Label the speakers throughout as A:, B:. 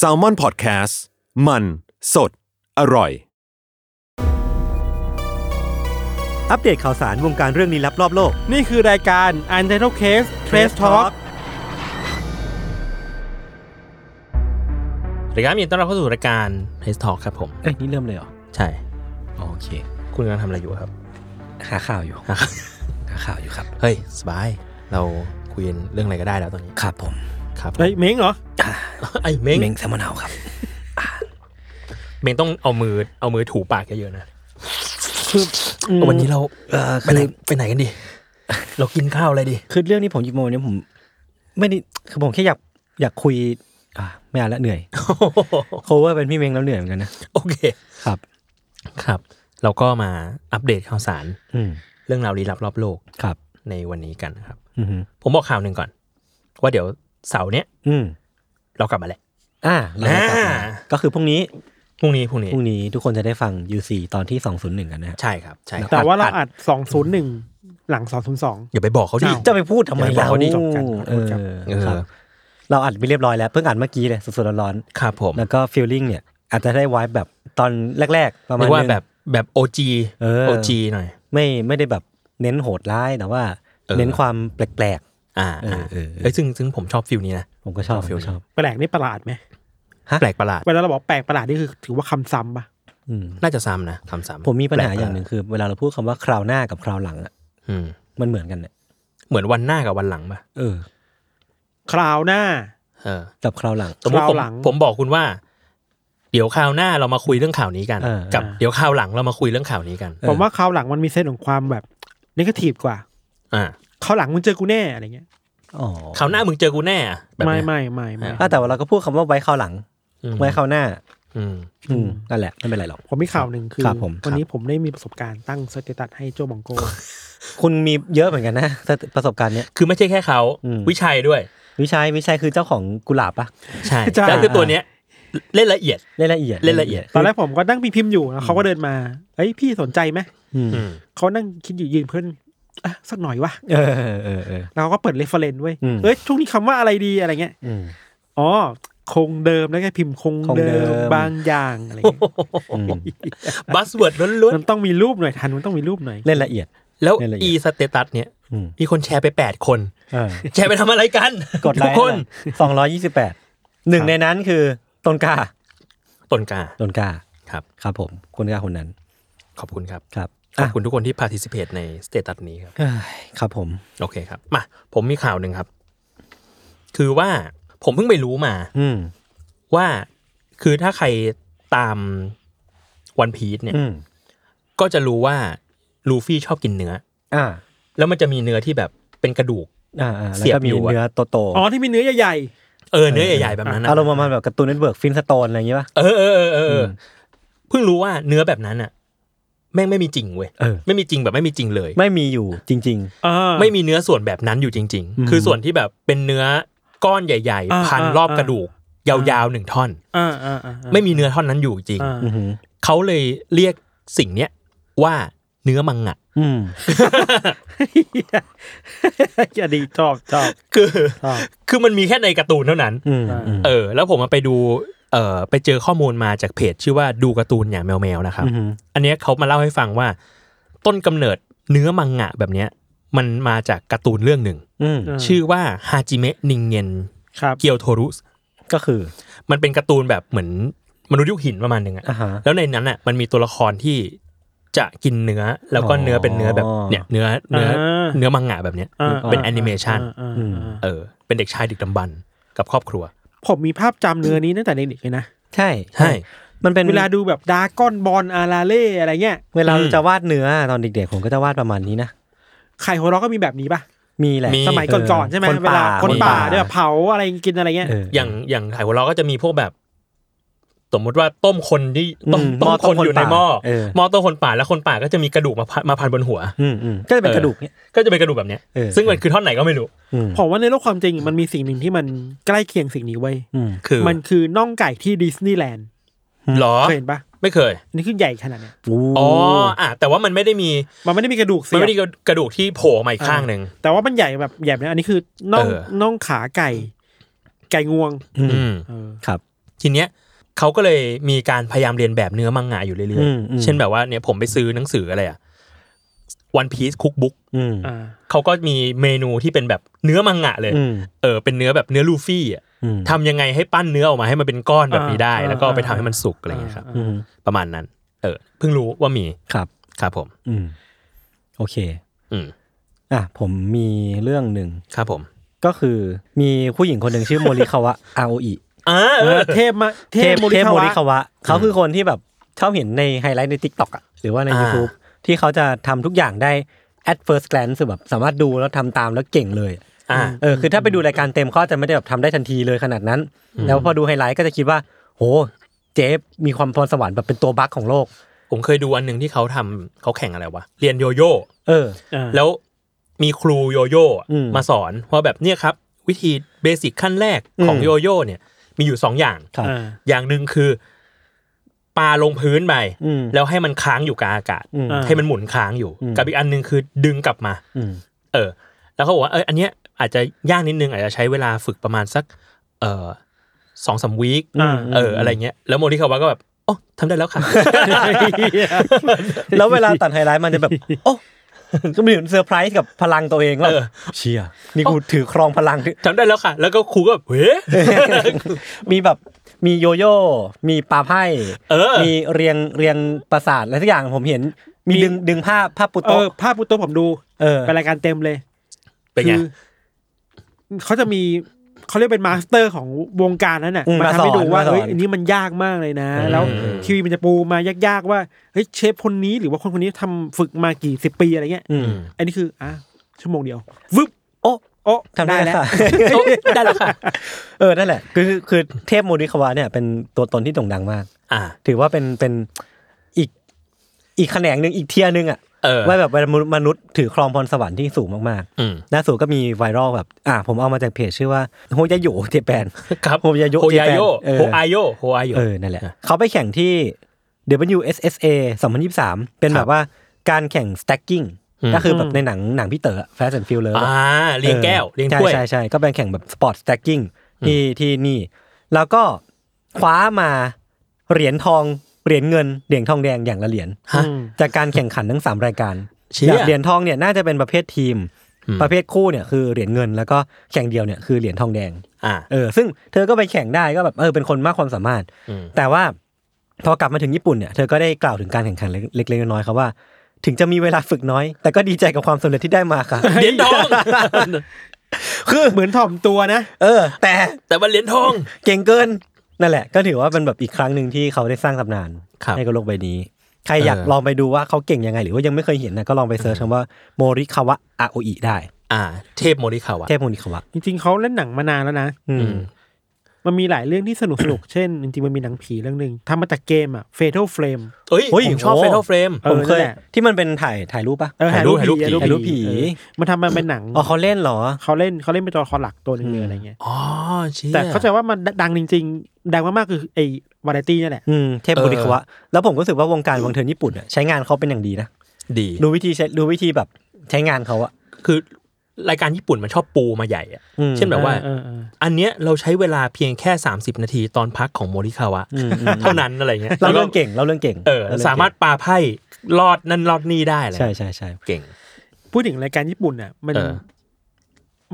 A: s a l m o n PODCAST มัน สด อร่อย
B: อัปเดตข่าวสารวงการเรื่องลี้ลับรอบโลก
C: นี่คือรายการ u n t i t l e d Case Trace Talk สวัสดีครับยินดีต้อนรับเข้าสู่รายการ Trace Talk ครับผม
D: เอ้ยนี่เริ่มเลยเหรอ
C: ใช่
D: อ๋อโอเค
C: คุณกำลังทำอะไรอยู่ครับ
D: หาข่าวอยู่ หาข่าวอยู่ครับ
C: เฮ้ย สบาย เราคุยเรื่องอะไรก็ได้แล้วตอนนี้
D: ครับผม
C: ครับผม
B: เฮ้ยเม้งเหรอ
D: อ่า
C: ไอ้เม้ง
D: เมงแซมมอนเฮาครับ
C: เม้งต้องเอามือเอามือถูปากเยอะๆนะ
B: คืออืม
C: วันนี้เรา
D: เอ่อ
C: ไปไหน
D: คือ
C: ไปไหนกันดี เรากินข้าวอะไรดี
D: คือเรื่องนี้ผมหยิบมาวันนี้ผม ไม่ได้คือผมแค่อยากอยากคุย อ่าไม่เอาละเหนื่อย โคเวอร์เป็นพี่เมงแล้วเหนื่อยเหมือนกันนะ
C: โอเค
D: ครับ
C: ครับ เราก็มาอัปเดตข่าวสาร
D: อืม
C: เรื่องราวลี้ลับรอบโลก
D: ครับ
C: ในวันนี้กันนะครับ
D: อือหือ
C: ผมบอกข่าวหนึ่งก่อน ว่าเดี๋ยวเสาร์เนี้ย
D: อืม
C: เรากลับมาแล้ว
D: อ่าเราจะกลับมา
C: อ่า
D: ก็คือพรุ่งนี้
C: พรุ่งนี้พรุ่งนี้
D: พรุ่งนี้ทุกคนจะได้ฟัง UC ตอนที่ 201 กันนะฮะ
C: ใช่ครับ ใช่คบ
B: แต่ว่าเรา
C: อัด
B: อัดสองศูนย์หนึ่งหลังสองศูนย์สอง
C: อย่าไปบอกเขาดิ
B: อ้าว
D: จะไปพูดทำไม
B: เดี๋ยว
D: เรา
B: เราได้จบกัน
D: เออ
B: ครับ
D: ครับ
C: เออ
D: เราอัดไปเรียบร้อยแล้ว เพิ่งอัดเมื่อกี้เลยสดๆร้อนๆ
C: ครับผม
D: แล้วก็ฟีลลิ่งเนี่ย อาจจะได้ไวบ์แบบตอนแรก ๆ ประมา
C: นึ
D: ณ
C: กว่า
D: นึง
C: แบบแบบโอจี
D: เออ
C: โอจีหน่อย
D: ไม่ไม่ได้แบบเน้นโหดร้ายแต่ว่า
C: เออ
D: เน้นความแปลก
C: อ่า
D: เออเออเออ
C: เอ้ยซึ่งซึ่งผมชอบฟิลนี้นะ
D: ๆ ผมก็ชอ
C: ชอ
D: บ
C: บ
D: ผ
C: feel
D: มก็ชอบ
B: แปลกนี่ประหลาดไหม
D: ฮะ
C: แปลกประหลาด
B: เวลาเราบอกแปลกประหลาดนี่คือถือว่าคำซ้ำปะ
D: อืม
C: น่าจะซ้ำนะคำซ้ำ
D: ผมมีปัญหา
C: แปลก
D: อย่างหนึ่งคือ เวลาเราพูดคำว่าคราวหน้ากับคราวหลังอ่ะ
C: อืม
D: มันเหมือนกันเนี่ย
C: เหมือนวันหน้ากับวันหลังป่ะ
D: เออ
B: คราวหน้า
C: เออ
D: กับคราวหลัง
C: สมม
B: ค
C: ติ
B: รา
C: ผ
B: ว
C: ม
B: หลัง
C: ผมบอกคุณว่า เดี๋ยวคราวหน้าเรามาคุยเรื่องข่าวนี้กัน
D: เออ
C: กับเดี๋ยวคราวหลังเรามาคุยเรื่องข่าวนี้กัน
D: เออ
B: ผมว่าคราวหลังมันมีเส้นส์ของความแบบนิเกทีฟกว่า
C: อ่า
B: คราวหลังมึงเจอกูแน่อะไรเงี้ย
D: อ๋อ
C: คราวหน้ามึงเจอกูแน่อะแบบ
B: ไม่
C: เนี้ย
B: ไม่ไม่ไม่
C: อ่ะ
D: อ่ะแต่ว่าเราก็พูดคำว่าไว้คราวหลัง
C: อืม
D: ไว้คราวหน้า
C: อืม
D: อืมนั่นแหละไม่เป็นไรหรอก
B: ผมมีข่าวหนึ่งคือ
D: ครับผม
B: วันนี้
D: ครับ
B: ผมได้มีประสบการณ์ตั้งสเตตัสให้โจบังโก
D: คุณมีเยอะเหมือนกันนะแต่ประสบการณ์เนี้ย
C: คือไม่ใช่แค่เขา
D: อืม
C: วิชัยด้วย
D: วิชัยวิชัยคือเจ้าของกุหลาบปะ
C: ใช่
B: ใช่
C: แล้วคือตัวเนี้ยเล่นละเอียด
D: เล่นละเอียด
C: เล่นละเอียด
B: ตอนแรกผมก็นั่งพิมพ์พิมพ์อยู่แล้วเขาก็เดินมาเฮ้ยพี่สนใจไหม
D: อืม
B: เขานั่งคิดอยู่ยืนเพื่อนอ่ะสักหน่อยวะ
D: เออเออเออเออ
B: เราก็เปิดเรฟเฟรนเว้ย
D: อืม
B: เอ้ย ช่วงนี้คำว่าอะไรดีอะไรเงี้ย
D: อืม
B: อ๋อ คงเดิมแล้วไงพิมพ์คง
D: คงเดิ
B: เดิ
D: ม
B: มบางอย่างอะไรเงี้ย
D: อืม
C: บัสเวิร์ดล้วน
B: มันต้องมีรูปหน่อยทัน มันต้องมีรูปหน่อย
D: เล่นละเอียด
C: ๆ แล้ว
D: เล่นละ
C: อี
D: เอียด
C: สเตตัสเนี้ย
D: อืม
C: มีคนแชร์ไป 8 คน
D: เออ
C: แชร์ไปทำอะไรกัน
D: กดไล
C: ทุก
D: ค์
C: คน
D: สองร้อยยี่สิบแปดหนึ่งในนั้นคือต้นกล้า
C: ต้นกา
D: ต้นกล้า
C: ครับ
D: ครับผมคนกล้าคนนั้น
C: ขอบคุณครับ
D: ครับ
C: ข
D: อ่ะ
C: อบคุณทุกคนที่ participate ในสเตตัสนี้ครับ
D: เอ้ยครับผม
C: โอเคครับ มา ผมมีข่าวหนึ่งครับ คือว่าผมเพิ่งไปรู้มา
D: อืม
C: ว่า คือถ้าใครตามวันพี e เนี่ย
D: อืม
C: ก็จะรู้ว่าลูฟี่ชอบกินเนื้อ
D: อ่า
C: แล้วมันจะมีเนื้อที่แบบเป็นกระดูก
D: อ่าอ่าแล้ว
C: เสียบ
D: ก็มี
C: อยู่อะ
D: เนื้อโตโต
B: อ๋อ ที่มีเนื้อใหญ่
C: เออเนื้อใหญ่ๆแบบนั้นนะ
D: อารมณ์ประมาณแบบการ์ตูนเน็ตเวิร์กฟินสโตนอะไรอย่างเงี้ยป่ะ
C: เออเออเออเออเออ
D: ม
C: เพิ่งรู้ว่าเนื้อแบบนั้นอ่ะ แม่งไม่มีจริงเว้ย
D: เออ
C: ไม่มีจริงแบบไม่มีจริงเลย
D: ไม่มีอยู่จริง
B: ๆอ่า
C: ไม่มีเนื้อส่วนแบบนั้นอยู่จริง
D: อืม
C: ๆ คือส่วนที่แบบเป็นเนื้อก้อนใหญ่
B: อ่า
C: ๆ พัน
B: อ่าร
C: อบ
B: อ่าก ก
C: ระดูก ยาวๆหนึ่งท่อน
B: อ่าอ่าอ่า
C: ไม่มีเนื้อท่อนนั้นอยู่จริง
B: อ่า
D: ๆ อือหือ
C: เขาเลยเรียกสิ่งเนี้ยว่าเนื้อมังงะ
D: อืม
B: อย่าดีชอบชอบ
C: คือ
B: ชอบ
C: คือมันมีแค่ในการ์ตูนเท่านั้น
D: อืมอืม
C: เออ แล้วผมมาไปดูเออไปเจอข้อมูลมาจากเพจ ชื่อว่าดูการ์ตูนอย่างแมวๆนะครับ
D: อหือ
C: อันเนี้ยเขามาเล่าให้ฟังว่า ต้นกำเนิดเนื้อมังงะแบบเนี้ย มันมาจากการ์ตูนเรื่องหนึ่ง
D: อืม
B: ม
C: ชื่อว่าฮาจิเมะนิงเงน
B: ครับ
C: เกียวโทรุส
D: ก็คือ
C: มันเป็นการ์ตูนแบบเหมือนมนุษย์ยุคหินประมาณหนึ่งอะ
D: อ่าฮะ
C: แล้วในนั้นอะมันมีตัวละครที่จะกินเนื้อแล้วก็
D: อ๋อ
C: เนื้อเป็นเนื้อแบบเนี่ยเนื้อเนื้ออา เนื้อมังงะแบบเนี้ย
B: อ่า
C: เป็น
B: อ่า
C: แอนิเมชัน
B: อ่า
D: อื
B: อ่าม อ่า
C: เออเป็นเด็กชายดึกดำบรรพ์กับครอบครัว
B: ผมมีภาพจำเนื้อนี้ตั้งแต่เด็กๆเลยนะ
D: ใช่
C: ใช่
D: มันเป็น
B: เวลาดูแบบดาก้อนบอลอาราเล่อะไรเงี้ย
D: เวลา
C: อืม
D: จะวาดเนื้อตอนเด็กๆผมก็จะวาดประมาณนี้นะ
B: ไข่หัวเราะก็มีแบบนี้ปะ
D: มีแหละ
C: มี
B: สมัยก่อนๆใช่ไหม
D: คน
B: เวลา
D: ป่า
B: คนป่า
D: คนป่า
B: เนี่ยแบบเผาอะไรกินอะไรเงี้ย
D: เอออ
C: อย่างอย่างไข่หัวเราะก็จะมีพวกแบบ สมมติว่าต้มคนที่ต้ม
D: อืม
C: ต้
D: หม้
C: ม
D: อต้
C: ค
D: ม
C: นอยู่
D: คน
C: ใน
D: ป่า
C: หม้อ
D: เออ
C: หม้อต้มคนป่าแล้วคนป่าก็จะมีกระดูกมาพันมาพันบนหัว
D: อืมอืมก็จะเป็น
C: เออ
D: กระดูกเนี่ย
C: ก็จะเป็นกระดูกแบบเนี้ย
D: เออ
C: ซึ่งมันคือท่อนไหนก็ไม่รู้
D: อืม
B: ผมว่าในโลกความจริงมันมีสิ่งหนึ่งที่มันใกล้เคียงสิ่งนี้ไว้ย
D: อืม
C: คือ
B: มันคือน่องไก่ที่ดิสนีย์แลนด์
C: หรอ
B: เคยเห็นปะ
C: ไม่เคย
B: อันนี่คือใหญ่ขนาดเนี้ย
C: อ๋ออ่ะแต่ว่ามันไม่ได้มี
B: มันไม่ได้มีกระดูก
C: มั
B: เสี
C: น
B: ย
C: ไม่
B: บ
C: ได้กระดูกที่โผล่มาอีกข้างหนึ่ง
B: แต่ว่ามันใหญ่แบบใหญ่แบบนี้อันนี้คือน่อง
C: เออ
B: น่องขาไก่ ไก่งวง
D: อืม
C: อืม
B: เออ
C: ทีเนี้ยเขาก็เลยมีการพยายามเรียนแบบเนื้อมังงะอยู่เรื่อย
D: อืมอืม
C: ๆ เช่นแบบว่าเนี่ยผมไปซื้อหนังสืออะไรอะวันพีซคุกบุ๊ก
D: อืม
B: อ่า
C: เขาก็มีเมนูที่เป็นแบบเนื้อมังงะเลย
D: อืม
C: เออเป็นเนื้อแบบเนื้อลูฟี่อะ
D: อืม
C: ทำยังไงให้ปั้นเนื้อออกมาให้มันเป็นก้อนแบบนี้ได้ แล้วก็ไปทำให้มันสุกอะไรอย่างเงี้ยครับ
D: อืม
C: ประมาณนั้น เออเพิ่งรู้ว่ามี
D: ครับ
C: ครับผม
D: อืม โอเค
C: อืม
D: อ่ะผมมีเรื่องหนึ่ง
C: ครับผม
D: ก็คือมีผู้หญิงคนหนึ่งชื่อ โมริคาวะ อาโออิ
C: อ่าเอ
B: เอ
C: อ
B: อเทพมาเทพโม
D: เท
B: ริ
D: พ
B: คา
D: โมริ
B: วะ
D: คาวะ เขาคือคนที่แบบชอบเห็นในไฮไลท์ใน t ิ k t o k อ่ะหรือว่าใน YouTube ที่เขาจะทำทุกอย่างได้ at first glance คือแบบสามารถดูแล้วทำตามแล้วเก่งเลย
C: อ่า
D: เออคือถ้าไปดูรายการเต็มเขาอาจจะไม่ได้แบบทำได้ทันทีเลยขนาดนั้น
C: อืม
D: แล้วพอดูไฮไลท์ก็จะคิดว่า โห เจ๊มีความพรสวรรค์แบบเป็นตัวบั๊กของโลก
C: ผมเคยดูอันหนึ่งที่เขาทำเขาแข่งอะไรวะเรียนโยโย่
D: เออ
B: อ่า
C: แล้วมีครูโยโย่
D: อืม
C: มาสอนว่าแบบเนี่ยครับ วิธีเบสิกขั้นแรกของ
D: อืม
C: โยโย่เนี่ย มีอยู่สองอย่าง
D: ครับ
B: อ่า
C: อย่างหนึ่งคือปาลงพื้นไป
D: อืม
C: แล้วให้มันค้างอยู่กลางอากาศ
D: อืม
C: ให้มันหมุนค้างอยู่
D: อืม
C: กับอีกอันหนึ่งคือดึงกลับมา
D: อืม
C: เออ แล้วเขาบอกว่าเอออันเนี้ยอาจจะยากนิดนึงอาจจะใช้เวลาฝึกประมาณสัก เออสองสามวีค
B: อ่า
C: เอออะไรเงี้ยแล้วโมริคาวะก็แบบโอ้ทำได้แล้วค่ะ
D: แล้วเวลาตัดไฮไลท์มันจะแบบ โอ้ก็มีเซอร์ไพรส์กับพลังตัวเองว่า
C: เออ
D: เชีย นี่กูถือครองพลัง
C: ทำได้แล้วค่ะ แล้วก็ครูก็แบบเฮ้ย
D: มีแบบมีโยโย่ มีปลาไพ่
C: เออ
D: มีเรียงเรียงประสาทอะไรสักอย่างผมเห็น มีดึงดึงผ้าผ้าปู
B: เอ
D: โต๊ะ
B: อภาพปุตโตะผมดู
D: เออ
B: เป็นรายการเต็มเลย
C: เป็นไง
B: คือเขาจะมีเขาเรียกเป็นมาสเตอร์ของวงการนั้นน่ะ
D: อืม
B: มา
D: มาส
B: ทำ
D: อน
B: ให้ดูว่า
D: มาสอน
B: เฮ้ยอันนี้มันยากมากเลยนะ แล้ว
C: อืม
B: ทีวีมันจะปูมายากๆว่าเฮ้ยเชฟคนนี้หรือว่าคนคนนี้ทำฝึกมากี่สิบปีอะไรเงี้ย
D: อืม
B: อันนี้คืออ่ะชั่วโมงเดียววึบโอ้โอ้
D: ทำได้แล้ว
B: ว
D: ค่ะ
C: โอ๊ะได้แล้วค่ะ
D: เออนั่นแหละคือคือคือเทพโมริคาวะเนี่ยเป็นตัวตนที่โด่งดังมาก
C: อ่า
D: ถือว่าเป็นเป็นอีกอีกแขนงหนึ่งอีกเทียร์หนึ่งอ่ะ
C: เออ
D: ว่าแบบมนุษย์ถือครองพรสวรรค์ที่สูงมากๆ
C: อืม
D: ล่าสุดก็มีไวรัลแบบ อ่า ผมเอามาจากเพจชื่อว่าโฮยาโยเจแปน
C: ครับ
D: โฮยาโย
C: โฮยาโย
D: เออ
C: โฮอาโยโฮอาโย
D: เออ นั่นแหละ
C: อ่ะ
D: เขาไปแข่งที่ WSSA 2023 เป็น
C: ครับ
D: แบบว่าการแข่ง stacking
C: อืม
D: ก็คือแบบในหนังหนังพี่เต๋อ Fast and Furious
C: อ่า
D: อะ
C: เลี้ยงแก้ว
D: ออ
C: เลี้ยงถ้วย
D: ใช่ใช่ใช่ก็เป็นแข่งแบบ sport stacking ที่ที่นี่ แล้วก็คว้ามาเหรียญทองเหรียญเงินเหรียญทองแดงอย่างละเหรียญ
C: ฮะ
D: จากการแข่งขันทั้งสามรายการ
C: เชี่ย
D: อย่างเหรียญทองเนี่ยน่าจะเป็นประเภททีม
C: อืม
D: ประเภทคู่เนี่ยคือเหรียญเงินแล้วก็แข่งเดียวเนี่ยคือเหรียญทองแดง
C: อ่า
D: เออซึ่งเธอก็ไปแข่งได้ก็แบบเออเป็นคนมากความสามารถ
C: อืม
D: แต่ว่าพอกลับมาถึงญี่ปุ่นเนี่ยเธอก็ได้กล่าวถึงการแข่งขันเล็กเล็กๆน้อยๆครับว่า ถึงจะมีเวลาฝึกน้อย แต่ก็ดีใจกับความสำเร็จที่ได้มาค่ะ
C: เหรียญท อง
B: คือเหมือนถ่อมตัวนะ
D: เออ แต่
C: แต่ว่าเหรียญทอง
D: เก่งเกินนั่นแหละ ก็ถือว่าเป็นแบบอีกครั้งหนึ่งที่เขาได้สร้างตำนาน
C: ครับ
D: ให้กับโลกใบนี้ ใครอยาก
C: เออ
D: ลองไปดูว่าเขาเก่งยังไง หรือว่ายังไม่เคยเห็นนะก็ลองไปเซิร์ชคำว่าโมริคาวะอาโออิได้
C: อ่า เทพโมริคาวะ
D: เทพโมริคาวะ
B: จริงๆเขาเล่นหนังมานานแล้วนะ
D: อื
C: อื
D: ม
C: ม
B: มันมีหลายเรื่องที่สนุกสนุก เช่น จริงๆมันมีหนังผีเรื่องหนึ่งทำมาจากเกมอ่ะ Fatal Frame
C: เอ้ยผมชอบเฟทเฟรม
B: เออ
D: ผมเคย
B: นั่นแหละ
D: ที่มันเป็นถ่ายถ่ายรูปปะ
B: เออ
C: ถ่ายรูปถ่ายรูป
D: ถ่ายรูปผี
B: เออมันทำมาเป็นหนัง
D: อ๋อเขาเล่นเหรอ
B: เขาเล่นเขาเล่นเป็นตัวละครหลักตัวหนึงเลยอะไรเงี้ย
C: อ๋อเชี่ย
B: แต่เข้าใจว่ามันดังจริง ๆ ดังมากๆคือไอ้วาไรตี้นี่ยแหละ
D: อืมเทพบุริควะ แล้วผมก็รู้สึกว่าวงการวังเทิร์นญี่ปุ่นอะใช้งานเขาเป็นอย่างดีนะ
C: ดี
D: ดูวิธีใช้ดูวิธีแบบใช้งานเขาอะ
C: คือรายการญี่ปุ่นมันชอบปูมาใหญ่อะ
D: อืม
C: เช่นแบบว่า
B: เออเออเออ
C: อันเนี้ยเราใช้เวลาเพียงแค่ 30 นาทีตอนพักของโมริคาวะ เท่านั้นอะไรเงี้ย
D: เรา
C: แล้วก็
D: เรื่องเก่งเราเรื่องเก่ง
C: เออ
D: เเองเก่ง
C: สามารถปาไพ่รอดนั่นรอดนี่ได้เลย
D: ใช่ใช่ใช่
C: เก่ง
B: พูดถึงรายการญี่ปุ่นอ่ะมัน
C: เออ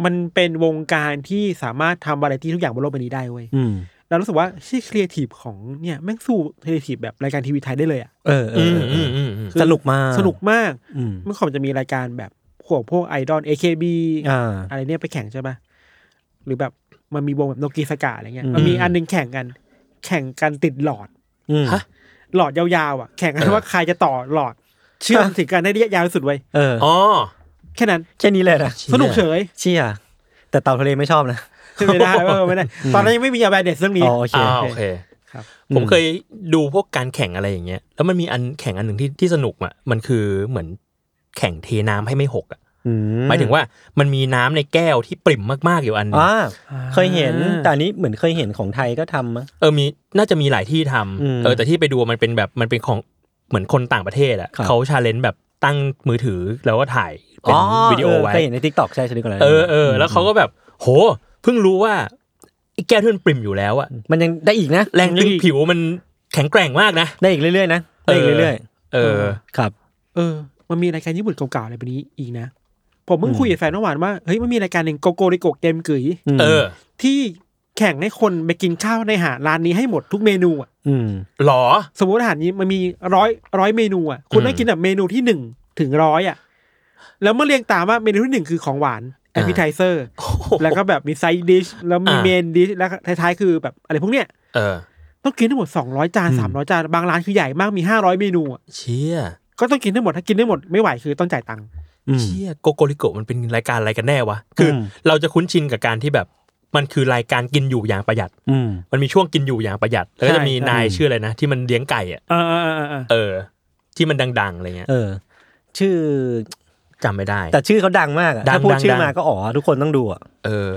B: มันเป็นวงการที่สามารถทำวาไรตี้ทุกอย่างบนโลกใบนี้ได้เว้ย
D: อืม
B: เรารู้สึกว่าชื่อครีเอทีฟของเนี่ยแม่งสู้ครีเอทีฟแบบรายการทีวีไทยได้เลยอ่ะ
D: เออเอ
C: อื
D: อ
C: ม
D: เอออ
C: อืมอืมอืม
D: สนุกมาก
B: สนุกมาก
D: อืม
B: เมื่อก่อนมันจะมีรายการแบบพวกพวกไอดอล AKB
D: อ่า
B: อะไรเนี่ยไปแข่งใช่ปะหรือแบบมันมีวงแบบโนกีสกาอะไรเงี้ย
D: อืม
B: มันมีอันหนึงแข่งกัน แข่งกันติดหลอด
D: อืม
C: ฮะ
B: หลอด ยาวๆอ่ะแข่งกันว่าใครจะต่อหลอด เชื่อมถึงกันได้ระยะยาวที่สุดไว้ย
D: เออ
C: อ๋อ
B: แค่นั้น
D: แค่นี้เลยนะ
B: สนุกเฉย
D: เชี่ยแต่เต่าทะเลไม่ชอบนะ
B: ใช่ไหมได้เออไม่ได้ตอนนั้นยังไม่มี awareness เรื่องนี้
D: อ๋อโอเค
C: อ่าโอเค
B: ครับ
C: ผมเคยดูพวกการแข่งอะไรอย่างเงี้ย แล้วมันมีอันแข่งอันหนึ่งที่ที่สนุกอ่ะมันคือเหมือนแข่งเทน้ำให้ไม่หกอ่ะ
D: อื
C: หมายถึงว่ามันมีน้ำในแก้วที่ปริ่มมากๆอยู่อันหนึ่ง
D: อ่าเคยเห็นแต่อันนี้เหมือนเคยเห็นของไทยก็ทำมั้ง
C: เออมีน่าจะมีหลายที่ทำ
D: อืม
C: เออแต่ที่ไปดูมันเป็นแบบมันเป็นของเหมือนคนต่างประเทศอ่ะ
D: ครับ
C: เขาชาเลนจ์แบบตั้งมือถือแล้วก็ถ่ายเป็นวิดีโอไว้
D: เคยเห็นในทิกตอกใช่ชนิดก่อนเลย
C: เออเออแล้วเขาก็แบบ โห เพิ่งรู้ว่าไอ้แก้วที่มันปริ่มอยู่แล้วอะ
D: มันยังได้อีกนะ
C: แรงดึงผิวมันแข็งแกร่งมากนะ
D: ได้อีกเรื่อยๆนะได้อีกเรื่อย
C: เออ
D: ๆครับ
B: เออ มันมีรายการญี่ปุ่นเก่าๆอะไรแบบนี้อีกนะ ผมเพิ่งคุยกับแฟนเมื่อวานว่าเฮ้ยมันมีรายการหนึ่งโกโกริโกเกมกุ๋ย
C: เออ
B: ที่แข่งให้คนไปกินข้าวในอาหารร้านนี้ให้หมดทุกเมนูอ่ะ
D: อืม
C: หรอ
B: สมมติอาหารนี้มันมีร้อยร้อยเมนูอ่ะคุณต้องกินแบบเมนูที่หนึ่งถึงร้อยอ่ะแล้วเมื่อเรียงตามว่าเมนูที่หนึ่งคือของหวานแอ
C: อ่า
B: ปเปิลไทเซอร์ แล้วก็แบบมีไซด์ดิชแล้วมี
C: อ่า
B: เมนดิชแล้วก็ท้ายๆคือแบบอะไรพวกเนี้ย
C: เออ
B: ต้องกินทั้งหมด 200 จาน 300 จาน บางร้านคือใหญ่มากมี 500 เมนูอะ
C: เชี่ย
B: ก็ต้องกินทั้งหมด ถ้ากินได้หมดไม่ไหวคือต้องจ่ายตังค์
D: อืม
C: เชี่ยโกโกริโกะมันเป็นรายการอะไรกันแน่วะ คืออ
D: ม
C: เราจะคุ้นชินกับการที่แบบมันคือรายการกินอยู่อย่างประหยัด
D: อืม
C: มันมีช่วงกินอยู่อย่างประหยัด แล้วก็จะมีนายชื่ออะไรนะ ที่มันเลี้ยงไก่อะ
B: อ่าอ่าอ่า
C: เออ ที่มันดังๆอะไรเงี้ย
D: เออ ชื่อ
C: จำไม่ได้
D: แต่ชื่อเขาดังมากอะ
C: ดัง
D: ถ้าพูด
C: ดัง
D: ชื่อ
C: ดัง
D: มาก็อ๋อทุกคนต้องดูอ่ะ
C: เออ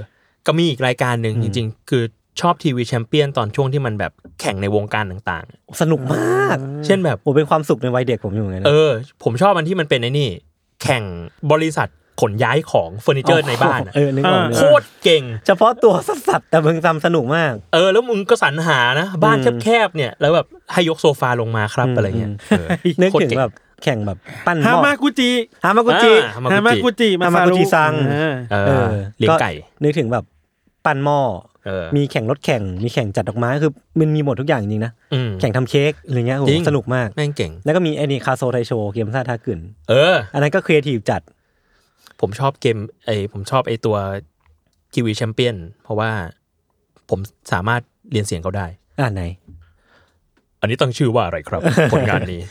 C: ก็มีอีกรายการหนึ่งจริง ๆ คือชอบทีวีแชมเปี้ยนตอนช่วงที่มันแบบแข่งในวงการต่าง
D: สนุกมาก
C: ๆ เช่นแบบ
D: ผมเป็นความสุขในวัยเด็กผมอยู่เหมือนกันนะ
C: เออ ผมชอบมันที่มันเป็นไอ้นี่ แข่งบริษัทขนย้ายของเฟอร์นิเจอร์ในบ้านอะ
D: เออนึกออกนึก
C: โค
D: ออก
C: ตรเก่ง
D: เฉพาะตัวสัตว์แต่มึงจำสนุกมาก
C: เออ แล้วมึงก็สรรหานะ บ้าน
D: อืม
C: แคบๆเนี่ย แล้วแบบให้ยกโซฟาลงมาครับอะไรเงี้ยเออ
D: นึก
C: โคตร
D: ถึ
C: เก่
D: ง
C: ง
D: แบบแข่งแบบปั้นห
B: ฮา
D: ม้อ
B: มากุจิ
D: ฮามากุจิ
C: อ่า ฮามากุจิ
B: ฮามา
D: ฮามากุ
B: กุ
D: จิ
B: จิ
D: ซัง
B: อ่า
C: เอ
D: เอ
C: อ
D: อ
C: เลี้ยงไก่
D: นึกถึงแบบปั้นหม้อ
C: เออ
D: มีแข่งรถแข่งมีแข่งจัดดอกไม้คือมันมีหมดทุกอย่างจริงๆนะ
C: อืม
D: แข่งทำเค้กอะไรเงี้ยโอ้โห
C: จริง
D: สนุกมาก
C: แม่งเก่ง
D: แล้วก็มีไอ้นี่คาโซไทโชเกมซาทากุน
C: เออ
D: อันนั้นก็ครีเอทีฟจัด
C: ผมชอบเกมไอผมชอบไอตัวทีวีแชมเปี้ยนเพราะว่าผมสามารถเรียนเสียงเขาได้
D: อ่าไหน
C: อันนี้ต้องชื่อว่าอะไร ครับ ผลงานนี้